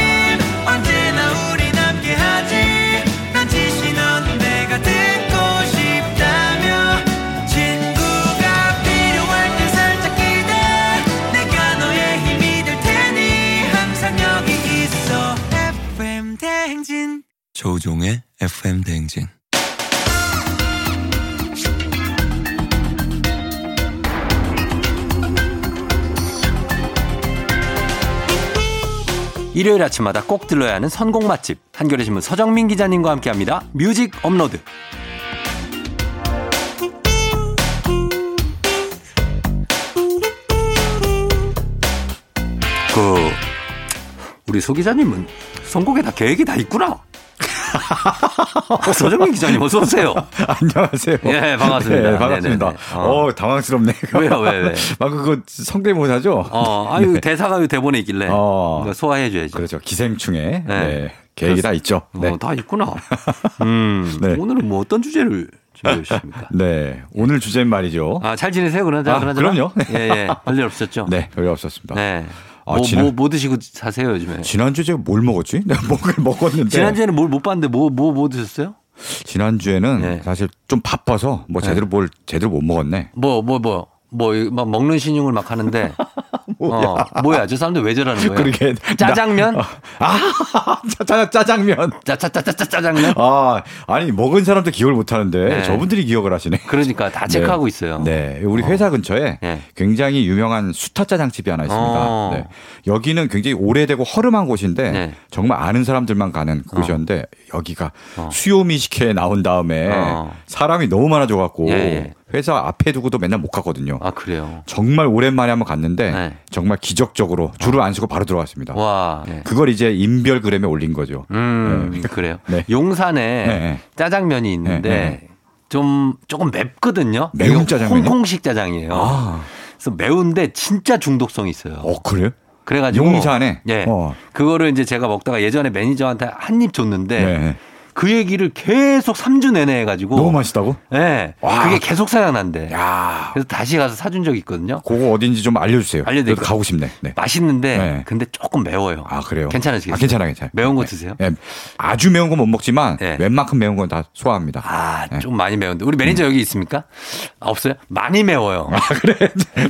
S5: 언제나 우리 함께 하지 난 지시 넌 내가 듣고 싶다며 친구가 필요할 때 살짝 기대 내가 너의 힘이 될 테니 항상 여기 있어 FM 대행진
S6: 조종의 FM 대행진.
S1: 일요일 아침마다 꼭 들러야 하는 선곡 맛집. 한겨레신문 서정민 기자님과 함께합니다. 뮤직 업로드. 그 우리 소 기자님은 선곡에 다 계획이 다 (laughs) 있구나. 서정민 기자님 어서 오세요.
S7: (laughs) 안녕하세요.
S1: 예, 반갑습니다.
S7: 예, 반갑습니다.
S1: 네네네. 어.
S7: 어. 당황스럽네.
S1: 왜요, 왜,
S7: (laughs)
S1: 왜?
S7: 방금 그거 성대모사죠? (laughs)
S1: 어, 아유 대사가 요 대본에 있길래
S7: 네. 어.
S1: 이거 소화해줘야지.
S7: 그렇죠. 기생충에
S1: 네.
S7: 예, 계획이 다 있죠. 네.
S1: 어, 다
S7: (laughs)
S1: 있구나. 음,
S7: 네.
S1: 오늘은 뭐 어떤 주제를 준비해 주십니까?
S7: (laughs) 네. 오늘 주제는 말이죠.
S1: 아, 잘 지내세요, 그러자.
S7: 아,
S1: 그러자나?
S7: 그럼요.
S1: 예, 예. 별일 없었죠?
S7: 네, 별로 없었습니다.
S1: 네.
S7: 아, 네.
S1: 뭐,
S7: 지난-
S1: 뭐, 뭐 드시고 사세요, 요즘에?
S7: 지난주에 제가 뭘 먹었지? (laughs) 내가 먹을 먹었는데.
S1: 지난주에는 뭘 못 봤는데 뭐, 뭐, 뭐 드셨어요?
S7: 지난주에는
S1: 네.
S7: 사실 좀 바빠서 뭐 제대로 뭘 제대로 못 먹었네.
S1: 뭐, 뭐, 뭐. 뭐, 이막 먹는 신용을 막
S7: (laughs)
S1: 하는데. 뭐야. 어, 뭐야. 저 사람들 왜 저러는 거야?
S7: 그러게. 나- 어,
S1: 짜장면?
S7: 아, (laughs) 짜장, 짜장면.
S1: 짜짜짜짜
S7: (laughs)
S1: 짜장면?
S7: 아, 아니, 먹은 사람도 기억을 못 하는데
S1: 네.
S7: 저분들이 기억을 하시네.
S1: 그러니까 다 체크하고 있어요.
S7: 네, 우리 회사 근처에
S1: 예.
S7: 굉장히 유명한 수타짜장집이 하나 있습니다.
S1: 어.
S7: 네. 여기는 굉장히 오래되고 허름한 곳인데
S1: 네.
S7: 정말 아는 사람들만 가는 곳이었는데 여기가
S1: 어.
S7: 수요미식회에 나온 다음에
S1: 어.
S7: 사람이 너무 많아져 갖고
S1: 예, 예.
S7: 회사 앞에 두고도 맨날 못 갔거든요.
S1: 아, 그래요.
S7: 정말 오랜만에 한번 갔는데
S1: 네.
S7: 정말 기적적으로 줄을 안 서고 바로 들어갔습니다.
S1: 와. 네.
S7: 그걸 이제 인별그램에 올린 거죠.
S1: 음, 그래요.
S7: 네.
S1: 용산에
S7: 네.
S1: 짜장면이 있는데
S7: 네, 네.
S1: 좀 조금 맵거든요.
S7: 매운
S1: 이거
S7: 짜장면이요?
S1: 홍콩식 짜장이에요.
S7: 아.
S1: 그래서 매운데 진짜 중독성이 있어요.
S7: 어, 그래요?
S1: 그래가지고
S7: 용산에
S1: 예
S7: 어.
S1: 그거를 이제 제가 먹다가 예전에 매니저한테 한 입 줬는데
S7: 네.
S1: 그 얘기를 계속 3주 내내 해가지고.
S7: 너무 맛있다고?
S1: 네.
S7: 와.
S1: 그게 계속 생각난대.
S7: 야,
S1: 그래서 다시 가서 사준 적이 있거든요.
S7: 그거 어딘지 좀 알려주세요.
S1: 알려드릴게요.
S7: 저도 가고 싶네. 네.
S1: 맛있는데
S7: 네.
S1: 근데 조금 매워요.
S7: 아 그래요.
S1: 괜찮으시겠어요?
S7: 아, 괜찮아, 괜찮아.
S1: 매운 거
S7: 네.
S1: 드세요?
S7: 네. 아주 매운 건 못 먹지만
S1: 네.
S7: 웬만큼 매운 건 다 (laughs) 소화합니다.
S1: 아, 좀 많이 매운데. 우리 매니저
S7: 음.
S1: 여기 있습니까? 아, 없어요? 많이 매워요.
S7: 아,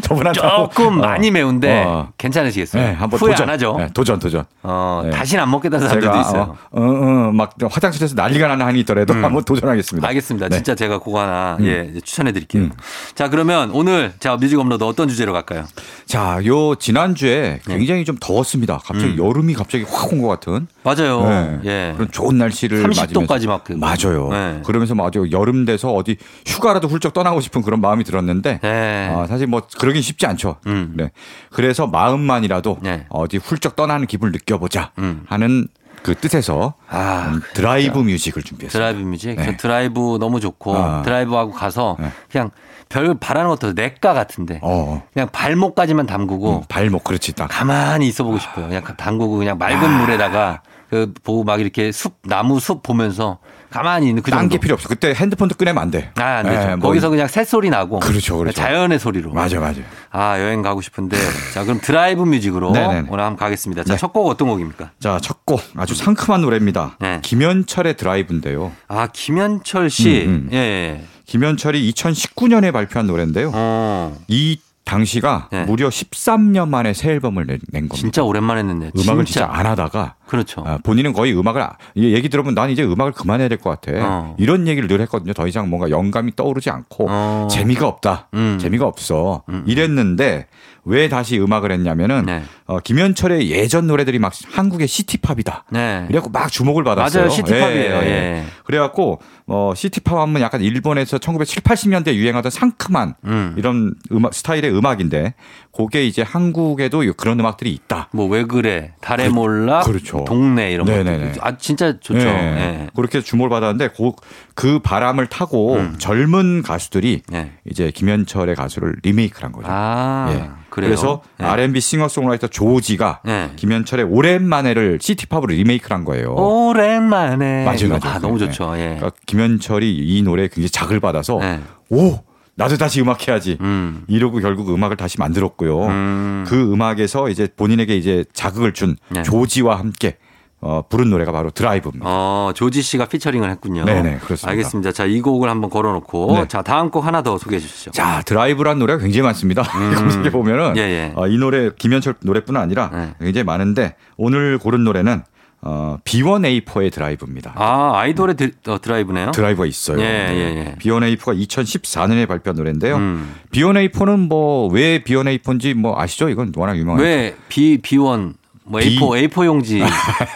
S7: 저분한테
S1: 조금 많이 매운데
S7: 어.
S1: 괜찮으시겠어요?
S7: 네, 한번
S1: 후회
S7: 도전.
S1: 안 하죠?
S7: 네, 도전, 도전.
S1: 어,
S7: 네.
S1: 다시는 안 먹겠다는 사람들도 있어요. 음.
S7: 제가 어, 어, 어, 막 화장실에서 난리가 나는 한이 있더라도 한번 도전하겠습니다.
S1: 알겠습니다.
S7: 네. 음.
S1: 진짜 제가 그거 하나 예, 이제 추천해 드릴게요. 자, 그러면 오늘 자, 뮤직 업로드 어떤 주제로 갈까요?
S7: 자, 요 지난주에
S1: 네.
S7: 굉장히 좀 더웠습니다. 갑자기 여름이 갑자기 확 온 것 같은.
S1: 맞아요.
S7: 네.
S1: 음. 예.
S7: 그런 좋은 날씨를
S1: 30 도까지
S7: 맞으면서.
S1: 막 그-
S7: 맞아요.
S1: 네.
S7: 그러면서 아주 여름 돼서 어디 휴가라도 훌쩍 떠나고 싶은 그런 마음이 들었는데
S1: 네.
S7: 아, 사실 뭐 그러긴 쉽지 않죠.
S1: 음.
S7: 네. 그래서 마음만이라도
S1: 네.
S7: 어디 훌쩍 떠나는 기분을 느껴보자
S1: 음.
S7: 하는 그 뜻에서
S1: 아,
S7: 음, 드라이브 뮤직을 준비했어요.
S1: 드라이브 뮤직.
S7: 네.
S1: 저 드라이브 너무 좋고
S7: 아.
S1: 드라이브하고 가서
S7: 네.
S1: 그냥 별 바라는 것도 냇가 같은데
S7: 어,
S1: 그냥 발목까지만 담그고
S7: 음, 발목 그렇지
S1: 아,
S7: 딱.
S1: 가만히 있어 보고 싶어요. 그냥 담그고 그냥 맑은 물에다가 그 보고 막 이렇게 숲 나무 숲 보면서 가만히 있는 그 정도.
S7: 딴게 필요 없어. 그때 핸드폰도 꺼내면 안 돼.
S1: 아, 안 되죠.
S7: 예, 뭐
S1: 거기서 그냥 새소리 나고.
S7: 그렇죠, 그렇죠.
S1: 자연의 소리로.
S7: 맞아, 맞아.
S1: 아, 여행 가고 싶은데. 자, 그럼 드라이브 뮤직으로
S7: 네네네.
S1: 오늘 한번 가겠습니다. 자,
S7: 네.
S1: 첫 곡 어떤 곡입니까?
S7: 자, 첫 곡 아주 상큼한 노래입니다.
S1: 음. 네.
S7: 김현철의 드라이브인데요.
S1: 아, 김현철 씨.
S7: 음, 음.
S1: 예, 예.
S7: 김현철이 2019년에 발표한 노래인데요.
S1: 어,
S7: 이 당시가
S1: 네.
S7: 무려 13년 만에 새 앨범을 낸, 낸 겁니다.
S1: 진짜 오랜만에 냈네.
S7: 음악을 진짜, 안 하다가
S1: 그렇죠.
S7: 아, 본인은 거의 음악을 아- 이 얘기 들어보면 난 이제 음악을 그만해야 될 것 같아.
S1: 어.
S7: 이런 얘기를 늘 했거든요. 더 이상 뭔가 영감이 떠오르지 않고
S1: 어.
S7: 재미가 없다.
S1: 음.
S7: 재미가 없어. 이랬는데 왜 다시 음악을 했냐면은
S1: 네.
S7: 어, 김현철의 예전 노래들이 막 한국의 시티팝이다.
S1: 네.
S7: 그래갖고 막 주목을 받았어요.
S1: 맞아요. 시티팝이에요.
S7: 예, 예,
S1: 예.
S7: 그래갖고 어, 시티팝 하면 약간 일본에서 1970, 80년대 유행하던 상큼한
S1: 음.
S7: 이런 음악 스타일의 음악인데 그게 이제 한국에도 요- 그런 음악들이 있다.
S1: 뭐 왜 그래? 달에 몰라?
S7: 그렇죠.
S1: 동네 이런
S7: 네네네.
S1: 거. 아, 진짜 좋죠.
S7: 예.
S1: 예.
S7: 그렇게 주목을 받았는데 그, 그 바람을 타고
S1: 음.
S7: 젊은 가수들이
S1: 예.
S7: 이제 김현철의 가수를 리메이크한 거죠.
S1: 아,
S7: 예.
S1: 그래요.
S7: 그래서
S1: 예.
S7: R&B 싱어송라이터 조지가
S1: 예.
S7: 김현철의 오랜만에를 시티팝으로 리메이크한 거예요.
S1: 어. 오랜만에.
S7: 맞아요,
S1: 이거.
S7: 맞아요.
S1: 아, 너무
S7: 네.
S1: 좋죠. 예.
S7: 그러니까 김현철이 이 노래에 굉장히 작을 받아서
S1: 네.
S7: 오 나도 다시 음악해야지
S1: 음.
S7: 이러고 결국 음악을 다시 만들었고요.
S1: 음.
S7: 그 음악에서 이제 본인에게 이제 자극을 준
S1: 네.
S7: 조지와 함께 어, 부른 노래가 바로 드라이브입니다.
S1: 어, 조지 씨가 피처링을 했군요.
S7: 네네, 그렇습니다.
S1: 알겠습니다. 자, 이 곡을 한번 걸어놓고.
S7: 네.
S1: 자, 다음 곡 하나 더 소개해 주시죠.
S7: 자 드라이브란 노래가 굉장히 많습니다. (laughs) 검색해 보면은
S1: 예, 예.
S7: 어, 이 노래 김현철 노래뿐 아니라
S1: 네.
S7: 굉장히 많은데 오늘 고른 노래는 어, B1A4의 드라이브입니다.
S1: 아, 아이돌의 드, 라이브네요
S7: 드라이브가 있어요.
S1: 예, 예, 예.
S7: B1A4가 2014년에 발표한 노래인데요.
S1: 음.
S7: B1A4는 뭐 왜 B1A4인지 뭐 아시죠? 이건 워낙 유명한
S1: 왜 B, B1, 뭐
S7: B.
S1: A4, A4 용지.
S7: (laughs)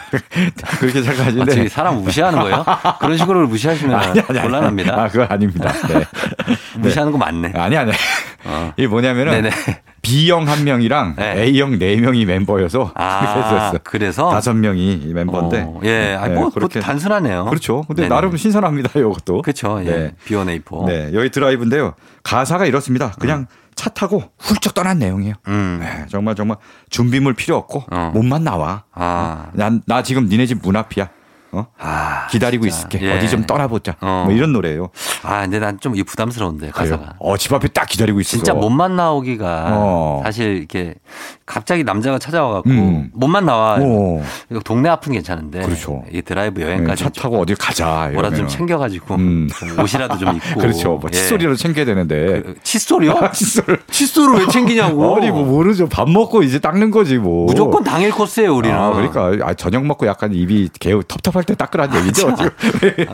S7: 그렇게
S1: 아, 저기
S7: 생각하시는데
S1: 사람 무시하는 거예요? 그런 식으로
S7: (laughs)
S1: 무시하시면 아, 곤란합니다.
S7: 네. 아, 그건 아닙니다.
S1: (laughs)
S7: 네.
S1: 무시하는 거 맞네.
S7: 아니 아니.
S1: 어.
S7: 이게 뭐냐면은 (laughs)
S1: 네네.
S7: B형 한 명이랑
S1: 네.
S7: A형 네 명이 멤버여서
S1: 아,
S7: 그래서
S1: 그래서?
S7: 다섯 명이 이 멤버인데. 네.
S1: 어, 예, 아, 뭐, 그것도 단순하네요.
S7: 그렇죠. 근데
S1: 네네.
S7: 나름 신선합니다. 이것도.
S1: 그렇죠. 예.
S7: 네.
S1: B1 A4.
S7: 네, 여기 드라이브인데요. 가사가 이렇습니다. 그냥 차 타고 훌쩍 떠난 내용이에요.
S1: 음.
S7: 네, 정말 정말 준비물 필요 없고
S1: 어.
S7: 몸만 나와. 어?
S1: 아.
S7: 난, 나 지금 니네 집 문 앞이야. 어?
S1: 아,
S7: 기다리고
S1: 진짜.
S7: 있을게.
S1: 예.
S7: 어디 좀 떠나보자.
S1: 어.
S7: 뭐 이런 노래예요.
S1: 아, 근데 난 좀 부담스러운데 가사가.
S7: 어, 집 앞에 딱 기다리고 있어.
S1: 진짜 못만 나오기가
S7: 어.
S1: 사실 이렇게 갑자기 남자가 찾아와갖고
S7: 음.
S1: 못만 나와.
S7: 어,
S1: 이거 동네 아픈 괜찮은데.
S7: 그렇죠.
S1: 이 드라이브
S7: 네,
S1: 여행까지
S7: 차 타고 어디 가자.
S1: 뭐라도 좀
S7: 이러면은.
S1: 챙겨가지고
S7: 음.
S1: 좀 옷이라도 좀 입고.
S7: (laughs) 그렇죠. 뭐
S1: 예.
S7: 칫솔이라도 챙겨야 되는데.
S1: 그, 칫솔이요?
S7: (laughs) 칫솔을.
S1: 칫솔을 왜 챙기냐고.
S7: 아니 뭐 모르죠. 밥 먹고 이제 닦는 거지 뭐.
S1: 무조건 당일 코스예요 우리는.
S7: 아, 그러니까 아, 저녁 먹고 약간 입이 개우 텁텁할 때 닦으라는 얘기죠. 지금.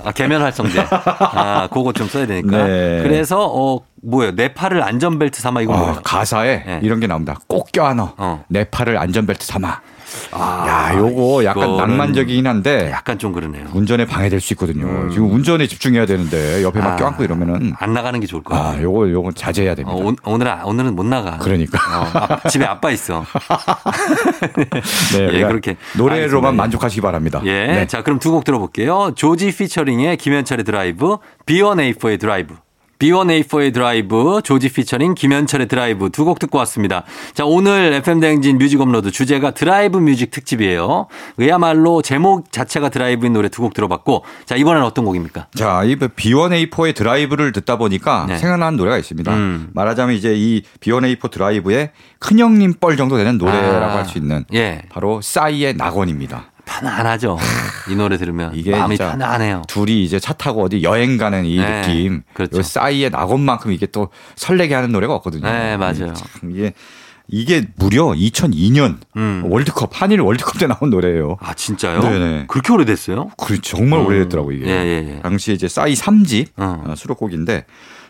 S1: 아, 계면 활성제. 아, 그거 좀 써야 되니까.
S7: 네.
S1: 그래서 어 뭐예요? 내 팔을 안전벨트 삼아 이거
S7: 아,
S1: 뭐예요?
S7: 가사에
S1: 네.
S7: 이런 게 나옵니다. 꼭 껴안어.
S1: 어.
S7: 내 팔을 안전벨트 삼아.
S1: 아,
S7: 야, 음. 요거 약간
S1: 이거는
S7: 낭만적이긴 한데
S1: 약간 좀 그러네요.
S7: 운전에 방해될 수 있거든요. 지금 운전에 집중해야 되는데 옆에 막
S1: 음. 아,
S7: 껴안고 이러면은
S1: 안 나가는 게 좋을 것
S7: 아,
S1: 같아요.
S7: 요거 요거 자제해야
S1: 어,
S7: 됩니다.
S1: 오, 늘은 오늘은 못 나가.
S7: 그러니까.
S1: 어, 아, 집에 아빠 있어. (laughs)
S7: 네,
S1: 예,
S7: 그냥
S1: 그렇게
S7: 노래로만
S1: 알겠습니다.
S7: 만족하시기 바랍니다.
S1: 예.
S7: 네.
S1: 자, 그럼 두 곡 들어볼게요. 조지 피처링의 김현철의 드라이브, B1A4의 드라이브. B1A4의 드라이브, 조지 피처링 김현철의 드라이브 두 곡 듣고 왔습니다. 자, 오늘 FM대행진 뮤직 업로드 주제가 드라이브 뮤직 특집이에요. 그야말로 제목 자체가 드라이브인 노래 두 곡 들어봤고, 자, 이번엔 어떤 곡입니까?
S7: 자, 이 B1A4의 드라이브를 듣다 보니까
S1: 네.
S7: 생각나는 노래가 있습니다.
S1: 음.
S7: 말하자면 이제 이 B1A4 드라이브의 큰형님 뻘 정도 되는 노래라고
S1: 아,
S7: 할 수 있는
S1: 예. 어.
S7: 바로 싸이의 낙원입니다.
S1: 편안하죠. 이 노래 들으면.
S7: 이게
S1: 마음이
S7: 진짜
S1: 편안해요.
S7: 둘이 이제 차 타고 어디 여행 가는 이
S1: 네,
S7: 느낌.
S1: 그렇죠.
S7: 요 싸이의 낙원만큼 이게 또 설레게 하는 노래가 없거든요. 음,
S1: 네, 맞아요.
S7: 참 이게 이게 무려 2002년
S1: 음.
S7: 월드컵 한일 월드컵 때 나온 노래예요.
S1: 아, 진짜요?
S7: 네네.
S1: 그렇게 오래됐어요?
S7: 그 정말
S1: 음.
S7: 오래됐더라고 이게. 아.
S1: 예, 예, 예.
S7: 당시에 이제 싸이 3집
S1: 어.
S7: 수록곡인데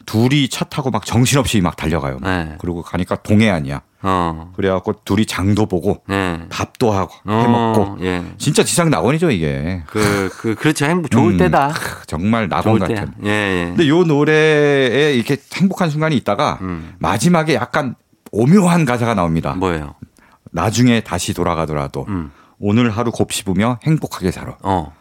S7: 둘이 차 타고 막 정신없이 막 달려가요. 막.
S1: 네.
S7: 그리고 가니까 동해안이야.
S1: 어.
S7: 그래갖고 둘이 장도 보고
S1: 네.
S7: 밥도 하고
S1: 어,
S7: 해먹고
S1: 예.
S7: 진짜 지상 낙원이죠 이게.
S1: 그, 그, 그렇죠. 행복, 좋을
S7: 음,
S1: 때다.
S7: 크, 정말 낙원
S1: 좋을 때야.
S7: 같은.
S1: 예, 예.
S7: 근데 요 노래에 이렇게 행복한 순간이 있다가
S1: 음.
S7: 마지막에 약간 오묘한 가사가 나옵니다.
S1: 뭐예요?
S7: 나중에 다시 돌아가더라도
S1: 음.
S7: 오늘 하루 곱씹으며 행복하게 살아.
S1: 어.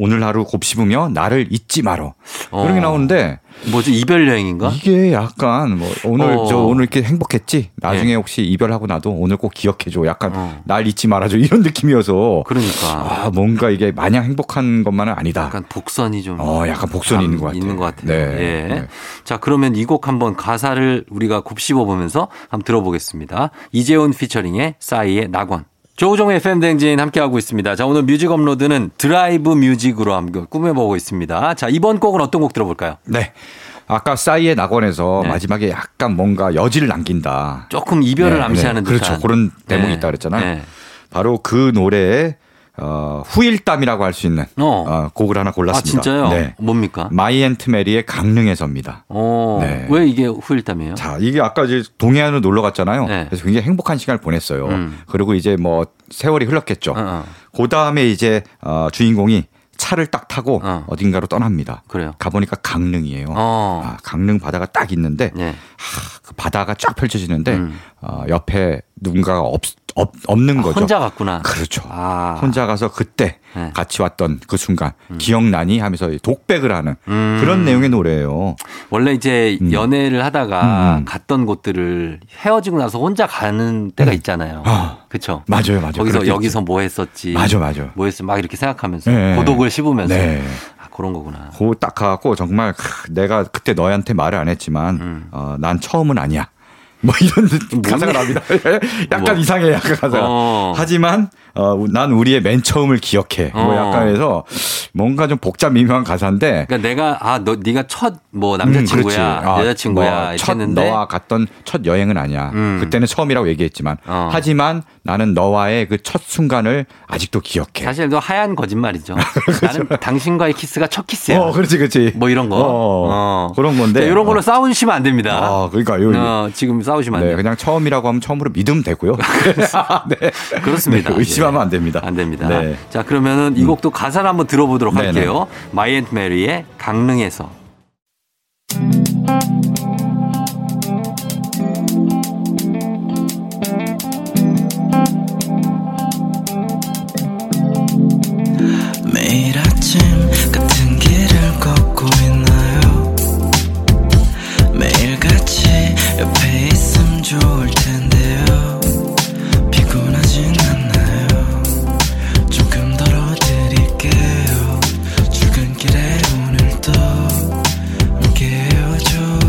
S7: 오늘 하루 곱씹으며 나를 잊지 마라.
S1: 어.
S7: 그런 게 나오는데
S1: 뭐지? 이별 여행인가?
S7: 이게 약간 뭐 오늘
S1: 어. 예.
S7: 저 오늘 이렇게 행복했지. 나중에 혹시 이별하고 나도 오늘 꼭 기억해줘. 약간
S1: 어.
S7: 날 잊지 말아줘 (laughs) 이런 느낌이어서
S1: 그러니까.
S7: 아 뭔가 이게 마냥 행복한 것만은 아니다.
S1: 약간 복선이 좀.
S7: 어 약간 복선이 있는 것 같아요.
S1: 있는 것 같아요.
S7: 네.
S1: 예.
S7: 네.
S1: 자, 그러면 이 곡 한번 가사를 우리가 곱씹어 보면서 한번 들어보겠습니다. 이재훈 피처링의 싸이의 낙원. 조우종의 FM댕진 함께하고 있습니다. 자, 오늘 뮤직 업로드는 드라이브 뮤직으로 함께 꾸며보고 있습니다. 자, 이번 곡은 어떤 곡 들어볼까요?
S7: 네. 아까 싸이의 낙원에서
S1: 네.
S7: 마지막에 약간 뭔가 여지를 남긴다.
S1: 조금 이별을
S7: 네,
S1: 암시하는
S7: 네.
S1: 듯한.
S7: 그렇죠. 그런 대목이
S1: 네.
S7: 있다 그랬잖아요.
S1: 네.
S7: 바로 그 노래의 어, 후일담이라고 할 수 있는
S1: 어.
S7: 어, 곡을 하나
S1: 아,
S7: 골랐습니다.
S1: 진짜요?
S7: 네.
S1: 뭡니까?
S7: 마이 앤트 메리의 강릉에서입니다.
S1: 어,
S7: 네.
S1: 왜 이게 후일담이에요?
S7: 자, 이게 아까 이제 동해안으로 놀러 갔잖아요.
S1: 네.
S7: 그래서 굉장히 행복한 시간을 보냈어요.
S1: 음.
S7: 그리고 이제 뭐 세월이 흘렀겠죠.
S1: 어, 어.
S7: 그 다음에 이제 어, 주인공이 차를 딱 타고
S1: 어.
S7: 어. 딘가로 떠납니다.
S1: 그래요.
S7: 가보니까 강릉이에요.
S1: 어.
S7: 아, 강릉 바다가 딱 있는데
S1: 네.
S7: 하, 그 바다가 쫙 펼쳐지는데
S1: 음. 아,
S7: 어, 옆에 누군가가 없, 없, 없는 거죠.
S1: 혼자 갔구나.
S7: 그렇죠.
S1: 아.
S7: 혼자 가서 그때
S1: 네.
S7: 같이 왔던 그 순간 기억나니 하면서 독백을 하는
S1: 음.
S7: 그런 내용의 노래예요.
S1: 원래 이제
S7: 음.
S1: 연애를 하다가
S7: 음.
S1: 갔던 곳들을 헤어지고 나서 혼자 가는 때가 있잖아요.
S7: 아.
S1: 그렇죠.
S7: 맞아요, 맞아요.
S1: 거기서
S7: 그렇겠죠.
S1: 여기서 뭐 했었지.
S7: 맞아, 맞아.
S1: 뭐 했어. 막 이렇게 생각하면서
S7: 네.
S1: 고독을 씹으면서
S7: 네.
S1: 아, 그런 거구나.
S7: 그딱 가고 정말 크, 내가 그때 너한테 말을 안 했지만
S1: 음.
S7: 어, 난 처음은 아니야. 뭐
S1: (laughs)
S7: 이런 가사가 납니다. 예? 약간
S1: 뭐.
S7: 이상해, 약간 가사가.
S1: 어.
S7: 하지만 어, 난 우리의 맨 처음을 기억해. 뭐
S1: 어.
S7: 약간 해서 뭔가 좀 복잡 미묘한 가사인데
S1: 그러니까 내가 아 너 네가 첫 뭐
S7: 음, 그렇지.
S1: 남자친구야,
S7: 아,
S1: 여자친구야
S7: 너,
S1: 이렇게
S7: 첫
S1: 했는데
S7: 너와 갔던 첫 여행은 아니야.
S1: 음.
S7: 그때는 처음이라고 얘기했지만
S1: 어.
S7: 하지만 나는 너와의 그 첫 순간을 아직도 기억해.
S1: 예. 사실 너 하얀
S7: (laughs)
S1: 거짓말이죠. 나는 당신과의 키스가 첫 키스야.
S7: 그렇죠. 어, 그렇지, 그렇지.
S1: 뭐 이런 거.
S7: 어,
S1: 어.
S7: 그런 건데.
S1: 이런 걸로
S7: 어.
S1: 싸우시면 안 됩니다.
S7: 아, 그러니까 요.
S1: 어, 지금 싸우시면 안
S7: 네,
S1: 돼요.
S7: 그냥 처음이라고 하면 처음으로
S1: (laughs)
S7: 믿으면 되고요.
S1: 그렇죠.
S7: 네.
S1: 그렇습니다.
S7: 네, 의심하면 안 됩니다.
S1: 안 됩니다.
S7: 네.
S1: 자, 그러면은 이 곡도 가사를 한번 들어보도록
S7: 네네.
S1: 할게요. 마이 앤트 메리의 강릉에서.
S5: 매일 아침 같은 길을 걷고 있나요 매일 같이 옆에 있음 좋을 텐데요 피곤하진 않나요 조금 덜어드릴게요 출근길에 오늘도 함께해요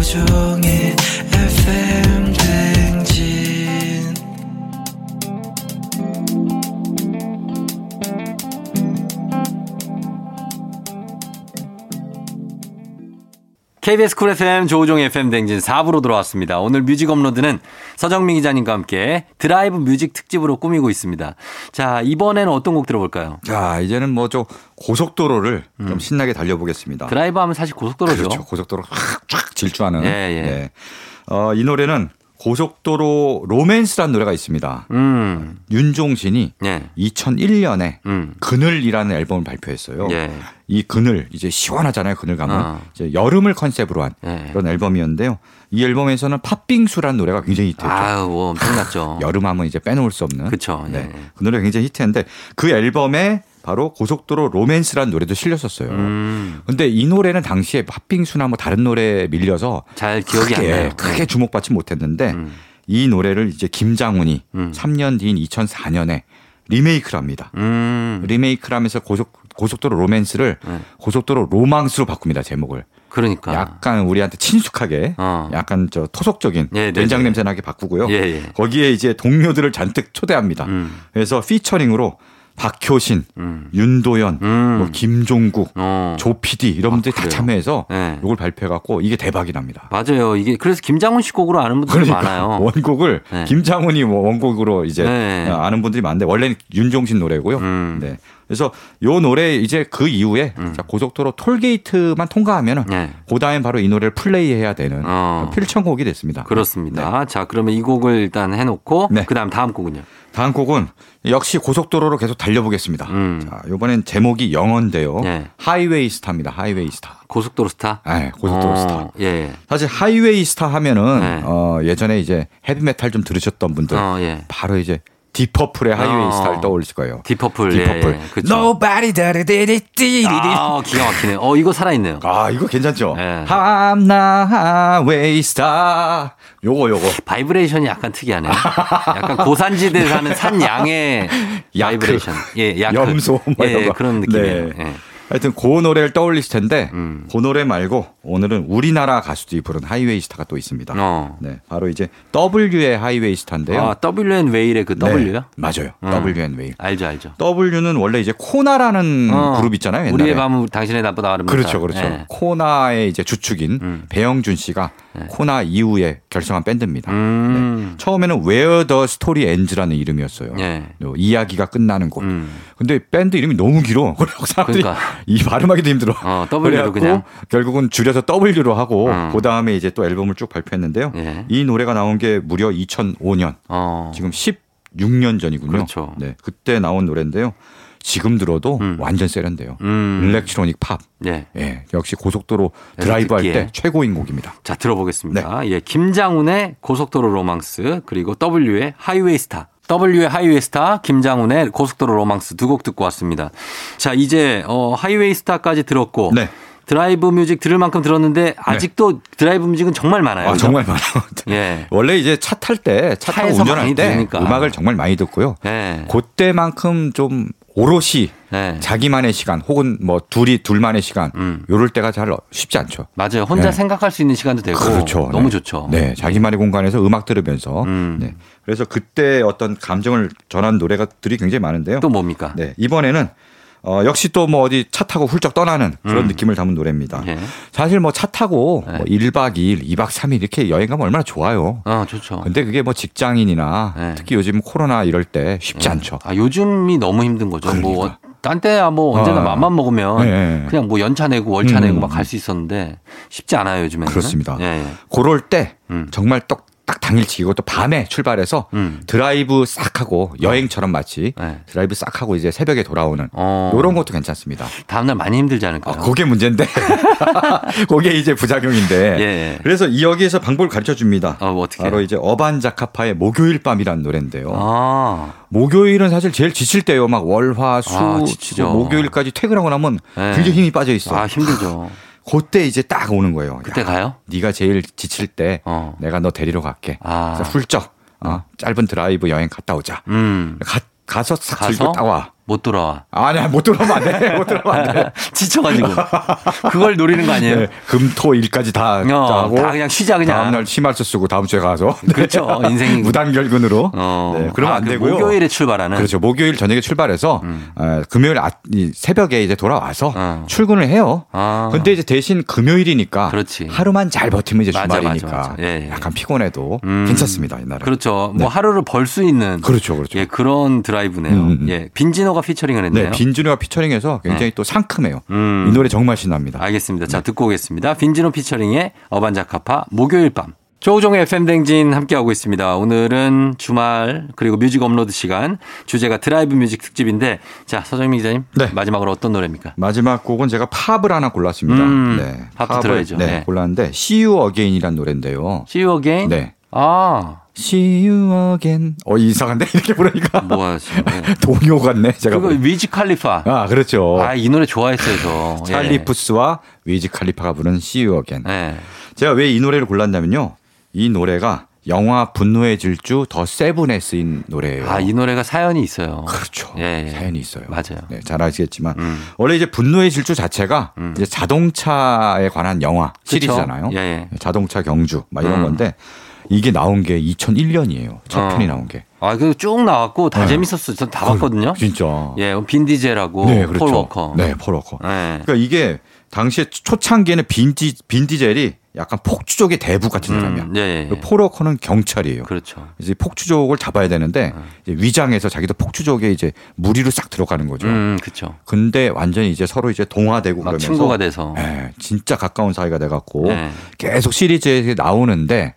S5: 조종의 FM 댕진
S1: KBS 쿨 FM 조우종 FM 댕진 4부로 돌아왔습니다. 오늘 뮤직 업로드는 서정민 기자님과 함께 드라이브 뮤직 특집으로 꾸미고 있습니다. 자, 이번에는 어떤 곡 들어볼까요?
S7: 자, 이제는 뭐 좀 고속도로를
S1: 음.
S7: 좀 신나게 달려보겠습니다.
S1: 드라이브 하면 사실 고속도로죠.
S7: 그렇죠. 고속도로 확쫙 질주하는.
S1: 그렇죠. 예, 예.
S7: 네. 어, 이 노래는 고속도로 로맨스라는 노래가 있습니다.
S1: 음.
S7: 윤종신이
S1: 예.
S7: 2001년에
S1: 음.
S7: 그늘이라는 앨범을 발표했어요.
S1: 예.
S7: 이 그늘 이제 시원하잖아요. 그늘 감은
S1: 어.
S7: 이제 여름을 컨셉으로 한
S1: 예.
S7: 그런 앨범이었는데요. 이 앨범에서는 팥빙수라는 노래가 굉장히 히트했죠.
S1: 아우, 뭐 엄청났죠.
S7: (laughs) 여름하면 이제 빼놓을 수 없는.
S1: 그쵸, 예.
S7: 네. 그 노래가 굉장히 히트했는데 그 앨범에 바로 고속도로 로맨스라는 노래도 실렸었어요.
S1: 음,
S7: 근데 이 노래는 당시에 핫핑수나 뭐 다른 노래에 밀려서
S1: 잘 기억이
S7: 크게,
S1: 안 나요. 네.
S7: 크게 주목받지 못했는데
S1: 음.
S7: 이 노래를 이제 김장훈이
S1: 음.
S7: 3년 뒤인 2004년에 리메이크를 합니다.
S1: 음,
S7: 리메이크를 하면서 고속, 고속도로 로맨스를
S1: 네.
S7: 고속도로 로망스로 바꿉니다, 제목을.
S1: 그러니까.
S7: 약간 우리한테 친숙하게
S1: 어.
S7: 약간 저 토속적인
S1: 예, 네,
S7: 된장
S1: 네.
S7: 냄새나게 바꾸고요.
S1: 예, 예.
S7: 거기에 이제 동료들을 잔뜩 초대합니다.
S1: 음,
S7: 그래서 피처링으로 박효신,
S1: 음,
S7: 윤도현,
S1: 음.
S7: 뭐 김종국,
S1: 어.
S7: 조피디 이런 분들이 다
S1: 그래요?
S7: 참여해서
S1: 네.
S7: 이걸 발표해갖고 이게 대박이 납니다. 그러니까
S1: 맞아요. 이게 그래서 김장훈 씨 곡으로 아는 분들이 많아요.
S7: 원곡을
S1: 네.
S7: 김장훈이 뭐 원곡으로 뭐 이제
S1: 네.
S7: 아는 분들이 많은데 원래는 윤종신 노래고요.
S1: 음.
S7: 네. 그래서 요 노래 이제 그 이후에 자, 고속도로 톨게이트만 통과하면은
S1: 네.
S7: 그 다음에 바로 이 노래를 플레이해야 되는
S1: 어.
S7: 필청곡이 됐습니다.
S1: 그렇습니다. 자, 그러면 이 곡을 일단 해놓고
S7: 네.
S1: 그다음 다음 곡은요.
S7: 다음 곡은 역시 고속도로로 계속 달려보겠습니다.
S1: 음.
S7: 자, 이번엔 제목이 영어인데요.
S1: 네.
S7: 하이웨이 스타입니다. 하이웨이 스타.
S1: 고속도로 스타.
S7: 아, 고속도로
S1: 어,
S7: 스타.
S1: 예.
S7: 사실 하이웨이 스타 하면은
S1: 네.
S7: 어, 예전에 이제 헤비메탈 좀 들으셨던 분들
S1: 어, 예.
S7: 바로 이제 디퍼플의 하이웨이
S1: 어.
S7: 스타를 떠올리실 거예요.
S1: 디퍼플.
S7: 디퍼플.
S1: 예, 예. 그쵸.
S7: Nobody does it, it, it, it, it.
S1: 아, 기가 막히네. 어, 이거 살아있네요.
S7: 아, 이거 괜찮죠?
S1: 네.
S7: I'm not highway star. 요거 요거.
S1: 바이브레이션이 약간 특이하네요. 약간 고산지대에 사는 산
S7: (laughs)
S1: 양의
S7: 야크.
S1: 바이브레이션. 예, 야크.
S7: 염소 뭐
S1: 예,
S7: 이런
S1: 예,
S7: 거.
S1: 그런 느낌이에요.
S7: 네.
S1: 예.
S7: 하여튼 그 노래를 떠올리실 텐데
S1: 음.
S7: 그 노래 말고 오늘은 우리나라 가수들이 부른 하이웨이 스타가 또 있습니다.
S1: 어.
S7: 네, 바로 이제 W의 하이웨이 스타인데요.
S1: 아, WN 웨일의 그 W요?
S7: 네, 맞아요.
S1: 음.
S7: WN 웨일.
S1: 알죠, 알죠.
S7: W는 원래 이제 코나라는
S1: 어.
S7: 음, 그룹 있잖아요. 옛날에.
S1: 우리의 밤은 당신의 나보다 아름다.
S7: 그렇죠, 그렇죠.
S1: 예.
S7: 코나의 이제 주축인
S1: 음. 네.
S7: 배영준 씨가 코나 이후에 결성한 밴드입니다.
S1: 음.
S7: 처음에는 Where the Story Ends라는 이름이었어요.
S1: 예.
S7: 어, 이야기가 끝나는 곳.
S1: 음.
S7: 근데 밴드 이름이 너무 길어. (laughs) 아, 그래서 사람들이
S1: 그러니까.
S7: 이 발음하기도 힘들어.
S1: 어, W로
S7: 그래갖고
S1: 그냥.
S7: 결국은 줄여서 W로 하고
S1: 음.
S7: 그 다음에 이제 또 앨범을 쭉 발표했는데요.
S1: 예.
S7: 이 노래가 나온 게 무려 2005년,
S1: 어.
S7: 지금 16년 전이군요.
S1: 그렇죠.
S7: 네, 그때 나온 노래인데요. 지금 들어도
S1: 음.
S7: 완전 세련돼요.
S1: 음.
S7: 일렉트로닉 팝.
S1: 예.
S7: 예, 역시 고속도로 드라이브 할
S1: 듣기에.
S7: 때 최고인 곡입니다.
S1: 자, 들어보겠습니다.
S7: 네.
S1: 예, 김장훈의 고속도로 로망스, 그리고 W의 하이웨이 스타. W의 하이웨이 스타, 김장훈의 고속도로 로망스 두 곡 듣고 왔습니다. 자, 이제, 어, 하이웨이 스타까지 들었고.
S7: 네.
S1: 드라이브 뮤직 들을 만큼 들었는데, 아직도 드라이브 뮤직은 정말 많아요.
S7: 아,
S1: 그죠?
S7: 정말 많아요. (laughs)
S1: 예.
S7: 원래 이제 차 탈 때, 차 타고
S1: 차에서
S7: 운전할
S1: 많이
S7: 때
S1: 들으니까.
S7: 음악을 정말 많이 듣고요.
S1: 예.
S7: 그때만큼 좀 오롯이
S1: 예.
S7: 자기만의 시간 혹은 뭐 둘이 둘만의 시간
S1: 음.
S7: 요럴 때가 잘 쉽지 않죠.
S1: 맞아요. 혼자
S7: 예.
S1: 생각할 수 있는 시간도 되고.
S7: 그렇죠.
S1: 너무
S7: 네.
S1: 좋죠.
S7: 네, 자기만의 공간에서 음악 들으면서
S1: 어. 음.
S7: 네. 그래서 그때 어떤 감정을 전한 노래가들이 굉장히 많은데요.
S1: 또 뭡니까?
S7: 네, 이번에는 어, 역시 또 뭐 어디 차 타고 훌쩍 떠나는 그런
S1: 음.
S7: 느낌을 담은 노래입니다.
S1: 예.
S7: 사실 뭐 차 타고
S1: 네.
S7: 뭐 1박 2일, 2박 3일 이렇게 여행 가면 얼마나 좋아요.
S1: 아, 좋죠.
S7: 근데 그게 뭐 직장인이나
S1: 네.
S7: 특히 요즘 코로나 이럴 때 쉽지 않죠.
S1: 아, 요즘이 너무 힘든 거죠. 뭐,
S7: 그러니까.
S1: 딴 때야 뭐 언제나
S7: 아.
S1: 맘만 먹으면
S7: 예, 예.
S1: 그냥 뭐 연차 내고 월차
S7: 음.
S1: 내고 막 갈 수 있었는데 쉽지 않아요, 요즘에는.
S7: 그렇습니다.
S1: 예, 예.
S7: 그럴 때
S1: 음.
S7: 정말 떡, 딱 당일치 이것도 밤에 출발해서
S1: 음.
S7: 드라이브 싹 하고 여행처럼 마치
S1: 네.
S7: 드라이브 싹 하고 이제 새벽에 돌아오는
S1: 어.
S7: 이런 것도 괜찮습니다.
S1: 다음날 많이 힘들지
S7: 아,
S1: 않을까요? (laughs)
S7: 그게 문제인데 그게 이제 부작용인데
S1: 예, 예.
S7: 그래서 이 여기에서 방법을 가르쳐 줍니다.
S1: 어, 뭐 어떻게
S7: 바로
S1: 해요?
S7: 이제 어반자카파의 목요일 밤이라는 노래인데요.
S1: 아,
S7: 목요일은 사실 제일 지칠 때요. 막 월화 수뭐
S1: 아, 지치죠.
S7: 목요일까지 퇴근하고 나면
S1: 네.
S7: 굉장히 힘이 빠져 있어.
S1: 아, 힘들죠.
S7: 그때 이제 딱 오는 거예요.
S1: 그때
S7: 야,
S1: 가요?
S7: 네가 제일 지칠 때
S1: 어.
S7: 내가 너 데리러 갈게.
S1: 아.
S7: 그래서 훌쩍 어, 짧은 드라이브 여행 갔다 오자.
S1: 음.
S7: 가, 서싹
S1: 가서
S7: 들고 따와.
S1: 못 돌아와. (laughs)
S7: 아니야 못 들어오면 안 돼. (laughs) 못 들어오면 안 돼.
S1: 지쳐가지고. 그걸 노리는 거 (laughs) 아니에요?
S7: 네, 금토일까지 다
S1: 어,
S7: 하고
S1: 다 그냥 쉬자, 그냥.
S7: 다음날 심할서 쓰고 다음 주에 가서
S1: 그렇죠.
S7: (laughs)
S1: 인생이.
S7: 무단결근으로.
S1: 어.
S7: 네, 그러면
S1: 아,
S7: 안
S1: 그
S7: 되고요.
S1: 목요일에 출발하는.
S7: 그렇죠. 목요일 저녁에 출발해서 어, 금요일 아, 이 새벽에 이제 돌아와서
S1: 음. 어.
S7: 출근을 해요.
S1: 아.
S7: 근데 이제 대신 금요일이니까
S1: 그렇지.
S7: 하루만 잘 버티면 이제
S1: 맞아, 맞아,
S7: 주말이니까
S1: 맞아. 예, 예.
S7: 약간 피곤해도
S1: 음.
S7: 괜찮습니다. 옛날에.
S1: 그렇죠.
S7: 네.
S1: 뭐 하루를 벌 수 있는.
S7: 그렇죠. 그렇죠.
S1: 예, 그런 드라이브네요.
S7: 음, 음.
S1: 예. 빈지노가 피처링을 했네요. 네.
S7: 네, 빈준이와 피처링해서 굉장히 또 상큼해요.
S1: 음.
S7: 이 노래 네. 정말 신납니다.
S1: 알겠습니다. 자, 듣고 오겠습니다. 빈지노 피처링의 어반자카파 목요일 밤. 조우종의 FM댕진 함께하고 있습니다. 오늘은 주말 그리고 뮤직 업로드 시간 주제가 드라이브 뮤직 특집인데 자, 서정민 기자님
S7: 네.
S1: 마지막으로 어떤 노래입니까?
S7: 마지막 곡은 제가 팝을 하나 골랐습니다.
S1: 음, 팝도 들어야죠.
S7: 네,
S1: 네.
S7: 골랐는데 See You Again이라는 노래인데요.
S1: See you again.
S7: 네.
S1: 아,
S7: See you again. 어 이상한데 (laughs) 이렇게 부르니까
S1: 뭐 하시는
S7: (laughs)
S1: 거예요?
S7: 동요 같네 제가.
S1: 그거
S7: 보니.
S1: 위즈 칼리파.
S7: 뭐- 아 그렇죠.
S1: 아, 이 노래 좋아했어요, 저. 예.
S7: 찰리 푸스와 위즈 칼리파가 부른 See You Again.
S1: 예.
S7: 제가 왜 이 노래를 골랐냐면요. 이 노래가 영화 분노의 질주 더 세븐에 쓰인 노래예요.
S1: 아, 이 노래가 사연이 있어요.
S7: 그렇죠.
S1: 예, 예.
S7: 사연이 있어요.
S1: 맞아요.
S7: 네, 잘 아시겠지만
S1: 음.
S7: 원래 이제 분노의 질주 자체가 이제 자동차에 관한 영화 시리즈잖아요. 네,
S1: 예, 예.
S7: 자동차 경주 막 이런
S1: 음.
S7: 건데 이게 나온 게 2001년이에요. 첫 편이 나온 게.
S1: 아, 그 쭉 나왔고 다
S7: 네.
S1: 재밌었어요. 전 다 아, 봤거든요.
S7: 진짜.
S1: 예, 빈디제라고 폴 워커.
S7: 네, 폴 워커.
S1: 예.
S7: 그러니까 이게 당시에 초창기에는 빈디 빈디젤이 약간 폭주족의 대부 같은 사람이야.
S1: 음, 예, 예.
S7: 그리고 폴 워커는 경찰이에요.
S1: 그렇죠.
S7: 이제 폭주족을 잡아야 되는데 이제 위장해서 자기도 폭주족에 이제 무리로 싹 들어가는 거죠.
S1: 음, 그렇죠.
S7: 근데 완전히 이제 서로 이제 동화되고
S1: 막
S7: 그러면서
S1: 친구가 돼서.
S7: 예, 진짜 가까운 사이가 돼갖고
S1: 네.
S7: 계속 시리즈에 나오는데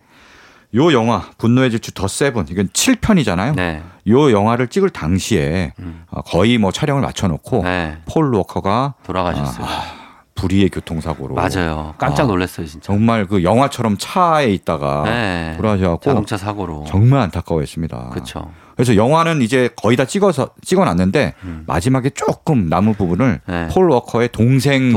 S7: 요 영화 분노의 질주 더 세븐 이건 7편이잖아요.
S1: 네.
S7: 요 영화를 찍을 당시에
S1: 음.
S7: 어, 거의 뭐 촬영을 마쳐놓고
S1: 네.
S7: 폴 워커가
S1: 돌아가셨어요.
S7: 불의의 교통사고로
S1: 맞아요. 깜짝
S7: 아,
S1: 놀랐어요, 진짜.
S7: 정말 그 영화처럼 차에 있다가
S1: 네.
S7: 돌아가셔갖고
S1: 자동차 사고로.
S7: 정말 안타까워했습니다.
S1: 그렇죠.
S7: 그래서 영화는 이제 거의 다 찍어서 찍어놨는데 마지막에 조금 남은 부분을
S1: 음. 네.
S7: 폴 워커의 동생들이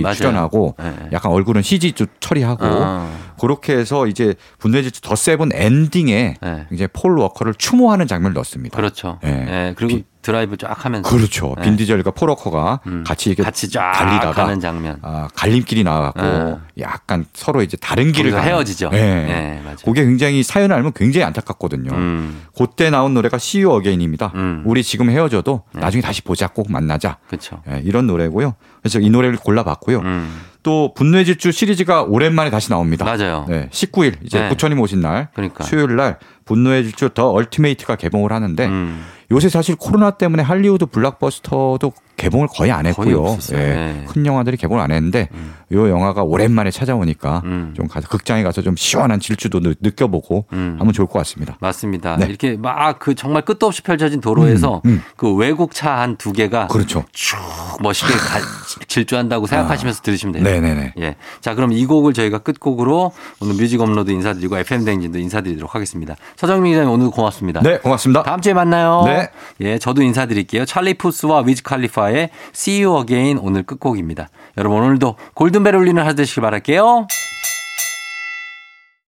S1: 동생, 맞아요.
S7: 출연하고
S1: 네.
S7: 약간 얼굴은 CG 좀 처리하고
S1: 아,
S7: 그렇게 해서 이제 분노의 질주 더 세븐 엔딩에
S1: 네.
S7: 이제 폴 워커를 추모하는 장면을 넣었습니다.
S1: 그렇죠. 예.
S7: 네.
S1: 그리고
S7: 비-
S1: 드라이브 쫙 하면서
S7: 그렇죠.
S1: 네.
S7: 빈디젤과 폴 워커가
S1: 음.
S7: 같이 이렇게
S1: 같이 쫙
S7: 달리다가
S1: 가는 장면.
S7: 아, 갈림길이 나와갖고
S1: 네.
S7: 약간 서로 이제 다른 길을
S1: 거기서
S7: 가는.
S1: 헤어지죠.
S7: 네.
S1: 네, 맞아요.
S7: 그게 굉장히 사연을 알면 굉장히 안타깝거든요.
S1: 음.
S7: 그때 나온 노래가 See You Again입니다.
S1: 음.
S7: 우리 지금 헤어져도 나중에 다시 보자 꼭 만나자.
S1: 그렇죠.
S7: 예, 이런 노래고요. 그래서 이 노래를 골라봤고요.
S1: 음.
S7: 또 분노의 질주 시리즈가 오랜만에 다시 나옵니다.
S1: 맞아요.
S7: 네, 19일 이제
S1: 네.
S7: 부처님 오신 날
S1: 그러니까.
S7: 수요일 날 분노의 질주 더 얼티메이트가 개봉을 하는데
S1: 음.
S7: 요새 사실 코로나 때문에 할리우드 블락버스터도 개봉을 거의 안
S1: 거의
S7: 했고요.
S1: 없었어요.
S7: 예,
S1: 네.
S7: 큰 영화들이 개봉을 안 했는데 요 영화가 오랜만에 찾아오니까
S1: 음.
S7: 좀 가서 극장에 가서 좀 시원한 질주도 느- 느껴보고
S1: 음.
S7: 하면 좋을 것 같습니다.
S1: 맞습니다.
S7: 네.
S1: 이렇게 막 그 정말 끝도 없이 펼쳐진 도로에서
S7: 음, 음.
S1: 그 외국 차 한 두 개가
S7: 그렇죠. 아,
S1: 쭉 멋있게 가- 질주한다고 생각하시면서 들으시면 돼요.
S7: 네네네.
S1: 예. 자, 그럼 이 곡을 저희가 끝곡으로 오늘 뮤직 업로드 인사드리고 FM 댕진도 인사드리도록 하겠습니다. 서정민 기자님 오늘 고맙습니다.
S7: 네, 고맙습니다.
S1: 다음 주에 만나요.
S7: 네.
S1: 예, 저도 인사드릴게요. 찰리 푸스와 위즈 칼리파의 See You Again 오늘 끝곡입니다. 여러분 오늘도 골든벨 울리는 하루 되시길 바랄게요.